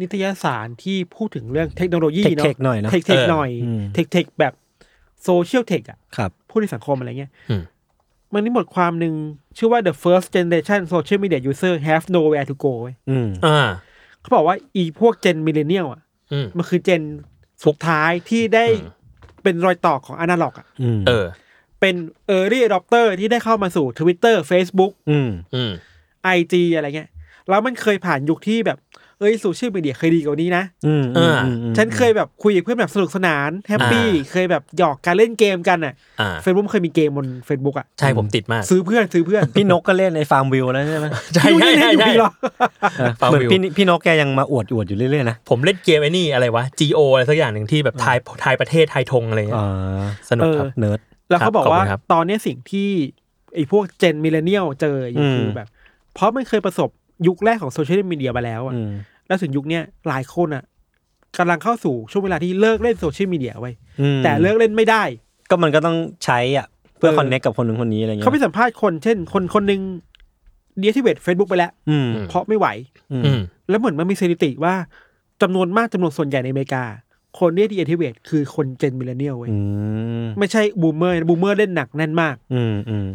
B: นิตยสารที่พูดถึงเรื่องเทคโนโลยีเนาะ
D: Tech-tech หน่อยเนอะ
B: เทคเทค
C: เออ
B: หน่อย
D: อืม
B: เทคเทคแบบโซเชียลเทคอะ
D: ครับ
B: พูดในสังคมอะไรเงี้ย
C: อืม
B: มันนี่บทความหนึ่งชื่อว่า the first generation social media user have nowhere to go เว้ย
D: อืม
C: อ่า
B: เขาบอกว่าอีพวกเจนมิเลเนียลอะ
C: อืม
B: มันคือเจนสุดท้ายที่ได้
C: อืม
B: เป็นรอยต่อของอนาล็อกอะ
D: อืม
C: เออ
B: เป็น early adopter ที่ได้เข้ามาสู่ Twitter Facebook
D: อืม
C: อืม
B: ไอจีอะไรเงี้ย แล้วมันเคยผ่านยุคที่แบบ เอ้ยโซเชียลมีเดียเคยดีกว่านี้นะ
D: อืม
C: อ่า
D: อืมอืม
B: ฉันเคยแบบคุยกับเพื่อนแบบสนุกสนาน แฮปปี้
C: อ่า
B: เคยแบบหยอกการเล่นเกมกันอ่ะ
C: อ่า
B: เฟซบุ๊กเคยมีเกมบน Facebook อ่ะ
C: ใช่ผมติดมาก
B: ซื้อเพื่อนซื้อเพื่อน
D: พี่นกก็เล่นในฟาร์มวิวแล้วใช่ไหม
C: ใช่
B: พี่นี่
C: ใช่
B: เล่
C: ใช่
B: น อยู่
C: ใช่
B: พี่เหรอ
C: Farm
D: เหมือน
C: View
D: พี่พี่นกแกยังมาอวดอวดอยู่เรื่อยๆนะ
C: ผมเล่นเกมไอ้นี่อะไรวะ G.O. อะไรสักอย่างหนึ่งที่แบบทายทายประเทศทายธงอะไรเงี้
D: อ๋อย
C: สนุกครับ
B: เออ
D: เนิร์ด
B: แล้วเขาบอก
C: ขอบ
B: ว่า
C: คุณครับ
B: ตอนเนี้ยสิ่งที่ไอ้พวกเจนมิเลเนียลเจออยู่คืออ
D: ม
B: แบบ เพราะมันเคยประสบยุคแรกของโซเชียลมีเดียมาแล้วอ่ะ
D: อืม
B: แล้วถึงยุคเนี้ยหลายคนอ่ะกำลังเข้าสู่ช่วงเวลาที่เลิกเล่นโซเชียลมีเดียไว้ย
D: อืม
B: แต่เลิกเล่นไม่ได้
D: ก็มันก็ต้องใช้อ่ะ เพื่อ
B: เออ
D: คอนเน c t กับคนนึงคนนี้อะไรเงี้ย
B: เขาไปสัมภาษณ์คนเช่น คนคนหนึ่งเดียที่เวทเฟซบุ๊กไปแล้ว
D: อืม
B: เพราะไม่ไหว
D: อืม
C: อืม
B: แล้วเหมือนมันมีสถิติว่าจำนวนมากจำนวนส่วนใหญ่ในอเมริกา คนเรียกดีเอทิเวตคือคนเจนมิเลเนียลเว้ย
D: อืม
B: ไม่ใช่บูมเมอร์บูมเมอร์เล่นหนักแน่นมาก
D: อืมอืม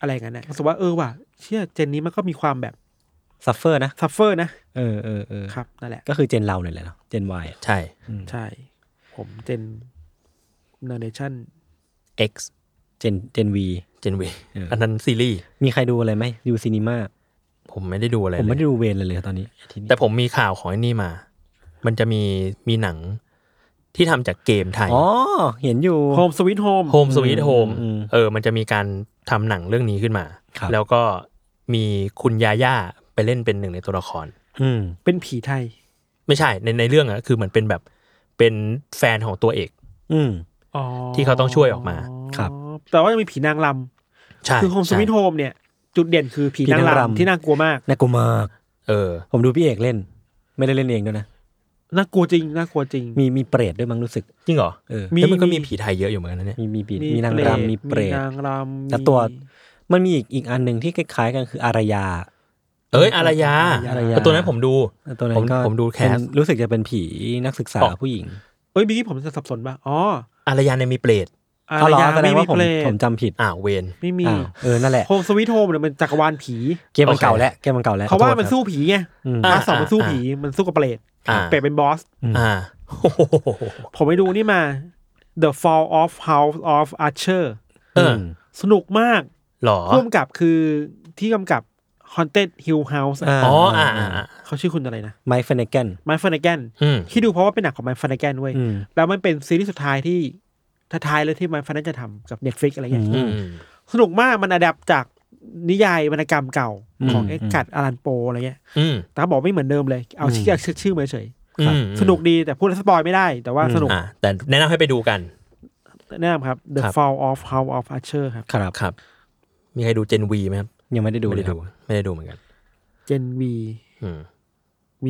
B: อะไรอย่างนั้นนะรู้สึกว่าเออว่ะเชื่อเจนนี้มันก็มีความแบบ
D: ซัฟเฟอร์นะ
B: ซัฟเฟอร์นะ
D: เออเออเออ
B: ครับนั่นแหละ
D: ก็คือเจนเราเนี่ยแหละเนาะเจนวาย
C: ใช่
B: ใช่ ผมเจนเนเรชั่น
C: X
D: เจนเจนวี
C: Gen V
D: เอออั
C: อันนั้นซีรีส์
D: มีใครดูอะไรไหมดูซีนีมา
C: ผมไม่ได้ดูอะไร
D: ผม
C: เล
D: ไม่
C: ย
D: ได้ดูเวรเลยเลยตอนนี้อาทิตย์นี้
C: แต่ผมมีข่าวของไอ้นี่มา มันจะมีมีหนังที่ทำจากเกมไทย
D: อ๋อ เห็นอยู่
B: โฮมสวิตโฮม
C: Home Sweet Home
D: อืม
C: เออ มันจะมีการทำหนังเรื่องนี้ขึ้นมา
D: ครับ
C: แล้วก็มีคุณยาย่าไปเล่นเป็นหนึ่งในตัวละคร
D: อืม
B: เป็นผีไทย
C: ไม่ใช่ในในเรื่องอะคือเหมือนเป็นแบบเป็นแฟนของตัวเอก
D: อืม
C: ที่เขาต้องช่วยออกมา
D: ครับ
B: แต่ว่ายังมีผีนางรำ
C: ใช่
B: คือโฮมสวิต
C: ใช่
B: โฮมเนี่ย จุดเด่นคือผีนาง
D: ผีนาง
B: รำ
D: รำ
B: ที่น่ากลัวมาก
D: น่ากลัวมาก
C: เออ
D: ผมดูพี่เอกเล่น ไม่ได้เล่นเองด้วยนะ
B: น่ากลัวจริงน่ากลัวจริง
D: มีมีเปรตด้วยมั้งรู้สึก
C: จริงเหรอ
D: เออ
C: แล้วมันก็
B: มี
C: มีผีไทยเยอะอยู่เหมือนกันนะเนี่ย
D: มีมีปีดมีนาง
B: เปต
D: รำมีเปรต
B: นางรำ
D: แต่ตัว
B: มี
D: มันมีอีกอีกอันหนึ่งที่คล้ายๆกันคืออารยา
C: เอ้ยอารยา
D: อารยา
C: แต่ตัวนั้นผมดู
D: ตัวนั้
C: ผม
D: นก็
C: ผมดูแค
D: เป็
C: ส
D: นรู้สึกจะเป็นผีนักศึกษา
C: อ๋อ
D: ผู้หญิง
B: เอ้ยเมื่อกี้ผมจะสับสนป่ะอ๋อ
C: อารยาเนี่ยมีเปรต
B: อา
D: เอาเหรอย
B: รา
D: แสด
B: ไม่
D: ง
B: มี
D: ว่าผม
B: เพลง
D: ผมจำผิด
C: อ่าวเวน
B: ไม่มี
D: อ้าวเออ นั่นแหละ
B: โฮมสวิตโฮมเนี่ยมันจักรวาลผี
D: เกมมันเก่าแล้วเกมมันเก่าแล้ว
B: เขาว่ามัน
D: ขอโทษ
B: สู้ผีไง
D: อืม
C: อ่ะ
B: พาร์ทสองมันสู้ผีมันสู้กับเปรต
C: อ่า
B: เปรตเป็นบอส
C: อ่าโอ้โห
B: ผมไปดูนี่มา The Fall of House of Archer
C: เออ
B: สนุกมาก
C: หรอ
B: ร่วมกับคือที่กำกับ Haunted Hill House อะ
D: า
C: อ๋ออ่าอ่าอ่า
B: เขาชื่อคุณอะไรนะ
D: ไมค์เฟนเนกัน
B: ไมฟ์ฟันแกน
C: อืม
B: ที่ดูเพราะว่าเป็นหนังของไมฟ์ฟันแกนเว้ย
D: อืม
B: แล้วมันเป็นซีรีส์สุดท้ายที่ท้ายๆเลยที่ไมฟ์ฟันแกนจะทำกับ Netflix อะไร
D: อื
B: เงี้ย
C: อื
D: ม
C: ม
B: สนุกมากมันอัดับจากนิยายวรรณกรรมเก่าของ
D: อืม
B: เอ็ดการ์ดอารันโปอะไรเงี้ย
C: อืม
B: แต่บอกไม่เหมือนเดิมเลย เอาชื่อเอาชื่อชื่อมาเฉย
C: อืม
B: สนุกดีแต่พูดแล้วสปอยไม่ได้ แต่ว่าสนุก
C: อ่าแต่แนะนำให้ไปดูกัน
B: แนะนำครับ The
C: ครับ
B: Fall of House of Archer ครับ
D: ครับ
C: ครับ มีใครดูเจนวีไหมครับ
D: ยังไม่ได้ดู
C: ไม่
D: เล
C: ได้
D: ยครับ
C: ดูไม่ได้ดูเหมือนกัน
B: เจน V
C: อืม
B: V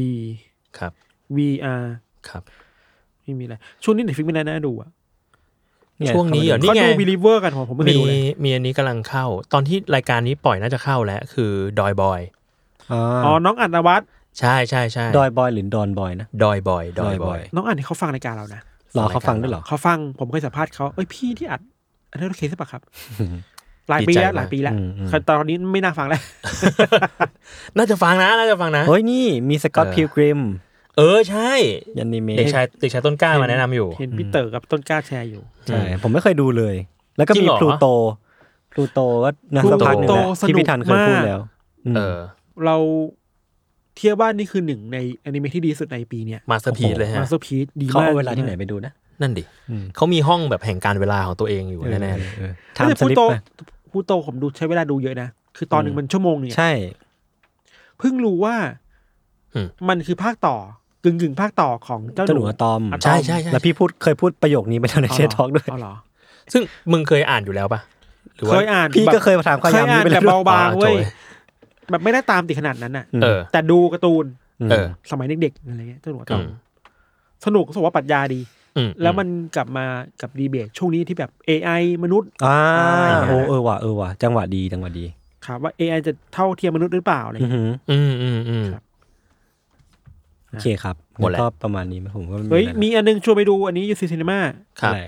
C: ครับ
B: V R
C: ครับ
B: ไม่มีอะไรช่วงนี้เน็ตฟิกไม่ได้น่าดูอ่ะ
D: เนี่ย
C: ช่วงนี้เหรอ
B: เขา
C: ไง
B: ดู Believer กันผมผมไม่เค
C: มี
B: ยดูเลย
C: มีอันนี้กำลังเข้า ตอนที่รายการนี้ปล่อยน่าจะเข้าแล้ว คือดอยบอย
D: อ๋อ
B: อ๋อน้องอัดนวัต
C: ใช่ใช่ใช่
D: ดอยบอยหรือดอนบอยนะ
C: ดอยบอยดอยบอย
B: น้องอัดนี่เขาฟังรายการเรานะ
D: รอเขาฟังด้วยเหรอ
B: เขาฟังผมเคยสัมภาษณ์เขาเอ้ยพี่ที่อัดอันนั้นโอเคใช่ปะครับ
D: อืม
B: หลายปี
C: ดีใจ
B: แล้ว
C: มาก
B: หลายปีแล้ว
D: อืมอืม
B: แต่ตอนนี้ไม่น่าฟังแล้ว
C: น่าจะฟังนะน่าจะฟังนะ
D: เฮ้ยนี่มีสกอต
C: เออ
D: พิลกริม
C: เออใช่
D: ยันนิเมะ
C: เด็กชายเด็กชายต้นกล้ามาแนะนำอยู่
B: เห็นพี่เต๋อกับต้นกล้าแชร์อยู่
D: ใช่ผมไม่เคยดูเลย แล้วก็
C: จริ
D: มี
C: งเหรอ
D: พลูโตพลูโตก็นะ
B: Pluto
D: สักพักหนึ่งแล้ว
B: สนุก
D: ที่พี่ทันเคยพูด
B: มาก
D: แล้ว
C: เออ
B: เราเทียบว่านี่คือหนึ่งในอนิเมะที่ดีที่สุดในปีเนี้ย
C: มาสเตอร์พีเลยฮะ
B: มาสเตอร์พีซดี
D: เขา
B: มาก
D: เอาเวลาที่ไหนไปดูนะ
C: นั่นดิ
D: อืม
C: เขามีห้องแบบแห่งการเวลาของตัวเองอยู่แน่ๆเลย
D: ทำส
B: พูด
D: ลิป
B: โต
D: นะ
B: พูดโตผมดูใช้เวลาดูเยอะนะ คือตอนหนึ่งมันชั่วโมงเนี่ย
D: ใช่
B: เพิ่งรู้ว่า
C: อืม
B: มันคือภาคต่อกึ่งกึ่งๆภาคต่อของเจ้า
D: เจ้าห
B: ห
D: นู
B: นู
D: อะตอม
B: อะตอม
C: ใช่ใช่ใช่
D: แล้วพี่พูดเคยพูดประโยคนี้ไปแล้ว ในเชทท็อกด้วย
B: เอาเหรอ
C: ซึ่งมึงเคยอ่านอยู่แล้วปะหรือว่า
B: เคยอ่าน
D: พี่ก็
B: แบบ
D: เคยมาถามความ
B: เค
D: ยาย ม
B: อ่า
D: นี้
B: น
D: ไป
B: แต่
D: แล้วด้วย
B: เบางๆเว้ย
C: อ๋อโถ่
B: แบบไม่ได้ตามติดขนาดนั้นน่ะ
C: เออ
B: แต่ดูการ์ตูน
C: เออ
B: สมัยเด็กๆอะไรเงี้ยเจ้าหนูอะตอม
C: อืม
B: สนุกรู้สกว่าปรัชญาดี
C: อื
B: แล้วมันกลับมากับดีเบตช่วงนี้ที่แบบ AI มนุษย์
D: อ่า
B: อ่า
D: โอ้เออว่ะเออว่ะจังหวะดีจังหวะดี
B: ครับว่า AI จะเท่าเทียมมนุษย์หรือเปล่าอะไร
D: อือ
B: เงี้ย
C: อื
D: หือ
C: มอืมอืม
B: ครับ
D: โอเคครับ
C: หมดแล้ว
D: ก็ประมาณนี้ไหมผมก็ไ
B: เฮ้ย
D: อะไร
B: มีอันนึงชวนไปดูอันนี้ยูซีซีนีมา
C: ครับ
D: อะไร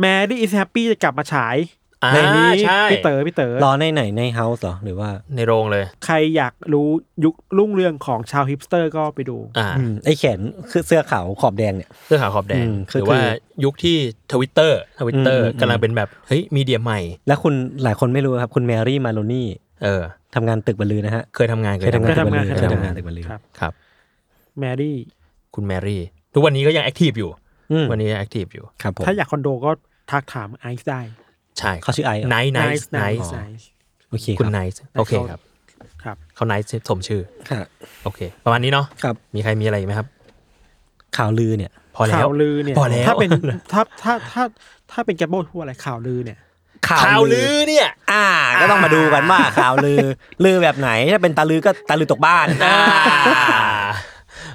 B: แมรี่อีสแฮปปี้จะกลับมาฉาย
C: อ่า
B: ในนี้
C: ใช่
B: พี่เต๋อพี่เต๋อ
D: รอในไหนในเฮาส์เหรอหรือว่า
C: ในโรงเลย
B: ใครอยากรู้ยุครุ่งเรืองของชาวฮิปสเตอร์ก็ไปดู
C: อ่า
D: อืมไอแขนคือเสื้อขาวขอบแดงเนี่ย
C: เสื้อขาวขอบแดง
D: อืมคื
C: ห
D: อ
C: รือว่ายุคที่ทวิตเตอร์ทวิตเตอร์
D: อืมอืม
C: กำลังเป็นแบบเฮ้ยมีเดียใหม่
D: แล้วคุณหลายคนไม่รู้ครับ คุณแมรี่มาโลนี่
C: เออ
D: ทำงานตึกบรรลือนะฮะ
C: เคยทำงาน
D: เคยทำงานตึกบรรลือ
B: เคย
D: เคย
B: ทำงาง
D: ทำาน นตึกบรรลือ
B: ครับ
C: ครับ
B: แมรี่
C: คุณแมรี่ ทุกวันนี้ก็ยังแอคทีฟอยู่
D: อืม
C: วันนี้ยังแอคทีฟอยู่
D: ครับผม
B: ถ้าอยากคอนโดก็ทักถามไอซ์ได้
C: ใช่
D: เขาชื่อไอซ์เหรอ
C: ไนท์ไน
B: Nice
C: ท์ไน
B: Nice
C: ท์
B: Nice
D: โอเค
C: คุณ
D: รับ
C: ไนท์โอเคครับ
B: ครับ
C: เขาไนท์สมชื่อ
D: ค่ะ
C: โอเค ประมาณนี้เนาะ
D: ครับ
C: มีใครมีอะไรอีกไหมครับ
D: ข่าวลือเนี่ย
C: พอแล้
B: ข่าว วลือเนี่ย
C: พอแล้ว
B: ถ้าเป็นถ้าถ้าถ้าถ้าเป็นแกมโบ้ทั่วอะไรข่าวลือเนี่ย
C: ข่าวลือเนี่ย
D: อ่า ก็ต้องมาดูกันว่าข่าวลือ ลือแบบไหนถ้าเป็นตาลือก็ตาลือตกบ้าน
C: อ่า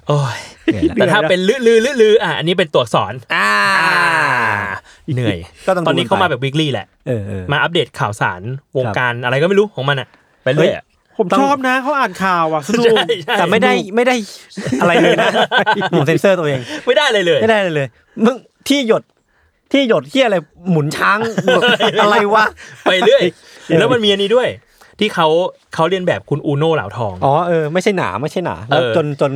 C: โอ้ย
D: เนี่ยแหละ
C: แต่ถ้าเป็นลือลือลือลืออ่ะอันนี้เป็นตัวอักษร
D: อ่า
C: เหนื่อย
D: ก็ต้องดู
C: ตอนนี้
D: กันไป
C: เข้ามาแบบวิก k ี y แหละ
D: เออเออ
C: มาอัปเดตข่าวสารวง
D: ครับ
C: การอะไรก็ไม่รู้ของมันอ่ะ ไปเรื่อยอะ
B: ผม
D: ต้อง
B: ชอบนะเขาอ่านข่าวอ่ะสนุก
C: ใช่ใช่
D: แต่ไม่ได้ไม่ได้อะไรเลยนะผมเซ็นเซอร์ตัวเอง
C: ไม่ได้เลยเลย
D: ไม่ได้เลยเลย มึงที่หยดที่หยดที่อะไรหมุนช้าง อะไรวะ
C: ไปเรื่อย แล้วมันมีอันนี้ด้วย ที่เขาเขาเรียนแบบคุณอูโน่เหลาทอง
D: อ๋อเออไม่ใช่หนาไม่ใช่หนาแล้ว
C: เออ
D: จนจน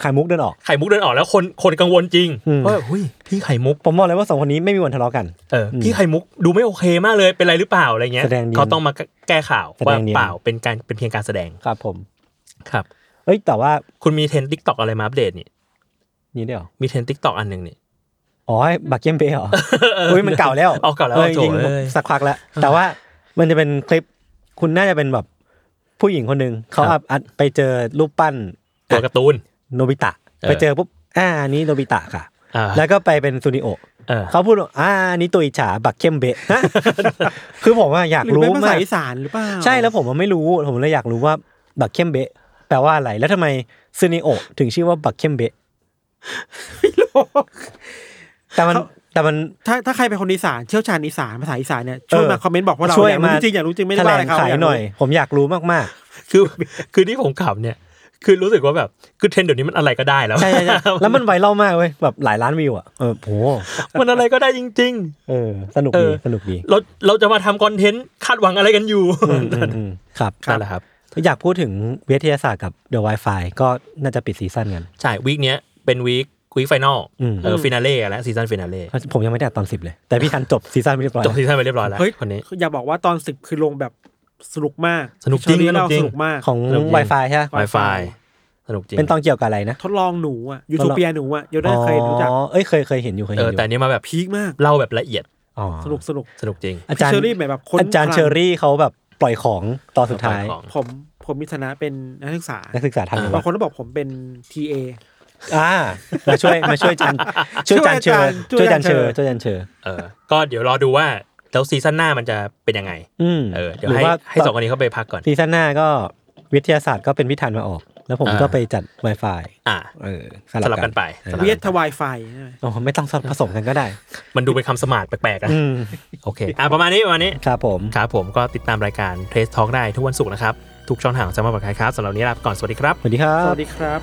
D: ไข่มุกเดินออก
C: ไข่มุกเดินออกแล้วคนคนกังวลจริง
D: อืม
C: ว่าแบบเฮ้ยพี่ไข่มุก
D: ผมบอกเลยว่าสองคนนี้ไม่มีวันทะเลาะกัน
C: เออพี่ไข่มุกดูไม่โอเคมากเลยเป็นไรหรือเปล่าอะไรเงี้ย
D: แสดงเนียน
C: เขาต้องมาแก้ข่าว
D: แสด
C: ว่าง
D: เนียน
C: เปล่าเป็นการเป็นเพียงการแสดง
D: ครับผม
C: ครับ
D: เอ้ยแต่ว่า
C: คุณมีเทรนดิกตอกอะไรมาอัปเดตนี่
D: นี่ได้เหรอ
C: มีเทรนดิกตอกอันหนึ่งนี่
D: อ๋อไอ้บักเกมเบย์เหรออุ้ยมันเก่าแล้ว
C: เอาเก่าแล้ว
D: จริง
C: โถ่เอ้ย
D: สักพักแล้ว แต่ว่ามันจะเป็นคลิปคุณน่าจะเป็นแบบผู้หญิงคนหนึ่งเขาอัพอัดไปเจอรูปปั้น
C: ตัวการ์ตูน
D: โนบิตะ
C: เออ
D: ไปเจอปุ๊บอ่าอันนี้โนบิตะค่ะ
C: อ่า
D: แล้วก็ไปเป็นซูนิโอ
C: เออ
D: เขาพูดว่าอ่านี่ตัวอิจฉาบักเข้ม เบะ คือผมว่าอยาก
B: หรือเป็นภาม
D: รู้าก
B: ษาอีสานหรือเปล่า
D: ใช่แล้วผมว่าไม่รู้ผมเลยอยากรู้ว่าบักเข้มเบะแปลว่าอะไรแล้วทำไมซึนิโอะถึงชื่อว่าบักเข้มเบะแต่มันแต่มัน
B: ถ้าถ้าใครเป็นคนอีสานเชี่ยวชาญอีสานภาษาอีสานเนี่ยช่วย
D: เออ
B: มาคอมเมนต์บอกพว่าเรา
D: ช่วย
B: อยาก
D: มา
B: รู้จริงอยากรู้จริงไม่ได้ว่าอะไร
D: แถลง
B: เขา
D: ไขหน่อย ผมอยากรู้มาก
C: คือคือที่ผมขำเนี่ย คือรู้สึกว่าแบบคือเทรนด์เดี๋ยวนี้มันอะไรก็ได้แล้ว
D: ๆ ใช่ใช่ใช่แล้วมันไวรัลมากเว้ยแบบหลายล้านวิวอ่ะเออโห
C: มันอะไรก็ได้จริง
D: เออสนุก
C: เอ
D: ดี
C: อ
D: สนุกดี
C: ๆ เราเราจะมาทำคอนเทนต์คาดหวังอะไรกันอยู่
D: อืมอืมอืมครับ
C: นั่นแหละครับ
D: อยากพูดถึงวิทยาศาสตร์กับ The Wi-Fi ก็น่าจะปิดซีซั่นกัน
C: ใช่วีคเนี้ยเป็นวีควีคไฟนอล
D: อืม
C: เออฟินาเล่แล้วซีซั่นฟินาเล่
D: ผมยังไม่ได้อัดตอนสิบเลย แต่พี่ทันจบซีซั่นไปเรียบร้อย
C: จ
D: แล้ว
C: บซีซั่นไปเรียบร้อยแล้ว
B: เฮ้ย
C: คนนี้
B: อย่าบอกว่าตอนสิบคือลงแบบสนุกมาก
C: สนุกจริง
B: พี่เชอ
C: สนุกจริง
B: เล่าสนุกมาก
D: ของ
C: เริ่มยิง
D: Wi-Fi ใช่ปะ
C: Wi-Fi สนุกจริง
D: เป็นตอนเกี่ยวกับอะไรนะ
B: ทดลองหนูอ่ะยูทูเปียหนูอ่ะโยด้าเคยรู้จัก
D: อ๋อเอ้ยเคยเคยเห็นอยู่เคย
C: เอ
D: เห็น
C: อ
D: อยู่
C: แต่อันนี้มาแบบ
B: พีคมาก
C: เล่าแบบละเอียด
D: อ๋อ
B: สนุกสนุก
C: สนุกจริง
D: อาจารย์
B: พี่เชอรี่แบบค้น
D: อาจารย์
B: พลัง
D: เชอรี่เขาแบบปล่อยของตอนสุดท้าย
C: ของ
B: ผมผมมิชนะเป็นนักศึกษา
D: นักศึกษาทำ
B: บางคนก็บอกผมเป็นทีเอ
D: อ่ามาช่วยมาช่วยอาจารย์ช่วยอาจารย์เชอ
B: ช่
D: ช่
B: ว
D: วย ย
B: อา
D: อา
B: จา
D: จาร
B: ย์
D: รย์
B: เช
D: เช
B: อ
D: อช่วยอาจารย์เชอ
C: เออก็เดี๋ยวรอดูว่าแล้วซีซั่นหน้ามันจะเป็นยังไง
D: อืม
C: เออเดี๋ยว
D: หรื
C: ให้
D: ว่า
C: ให้สองคนนี้เขาไปพักก่อน
D: ซีซั่นหน้าก็วิทยาศาสตร์ก็เป็นพิธันมาออก แล้วผม
C: อ่า
D: ก็ไปจัด Wi-Fi
C: อ่า
D: เออ
C: สลับกันไปสลับ
B: เวีย
C: กั
B: ด
C: น
B: ทวายไฟใช่ไหม
D: โอ้ไม่ต้องผสมกันก็ได้
C: มันดูเป็นคำสมาร์ทแปลกๆอะ
D: อืม
C: โอเค อ่ะประมาณนี้ประมาณนี้
D: ครับผม
C: ครับผมก็ติดตามรายการ Trace Talk ได้ทุกวันศุกร์นะครับ ทุกช่องทางของสมาร์ทบอร์ดครับสำหรับวันนี้ลาไปก่อน สวัสดีครับ
D: สวัสดีครั
B: ส
D: บ
B: วัสดีครับ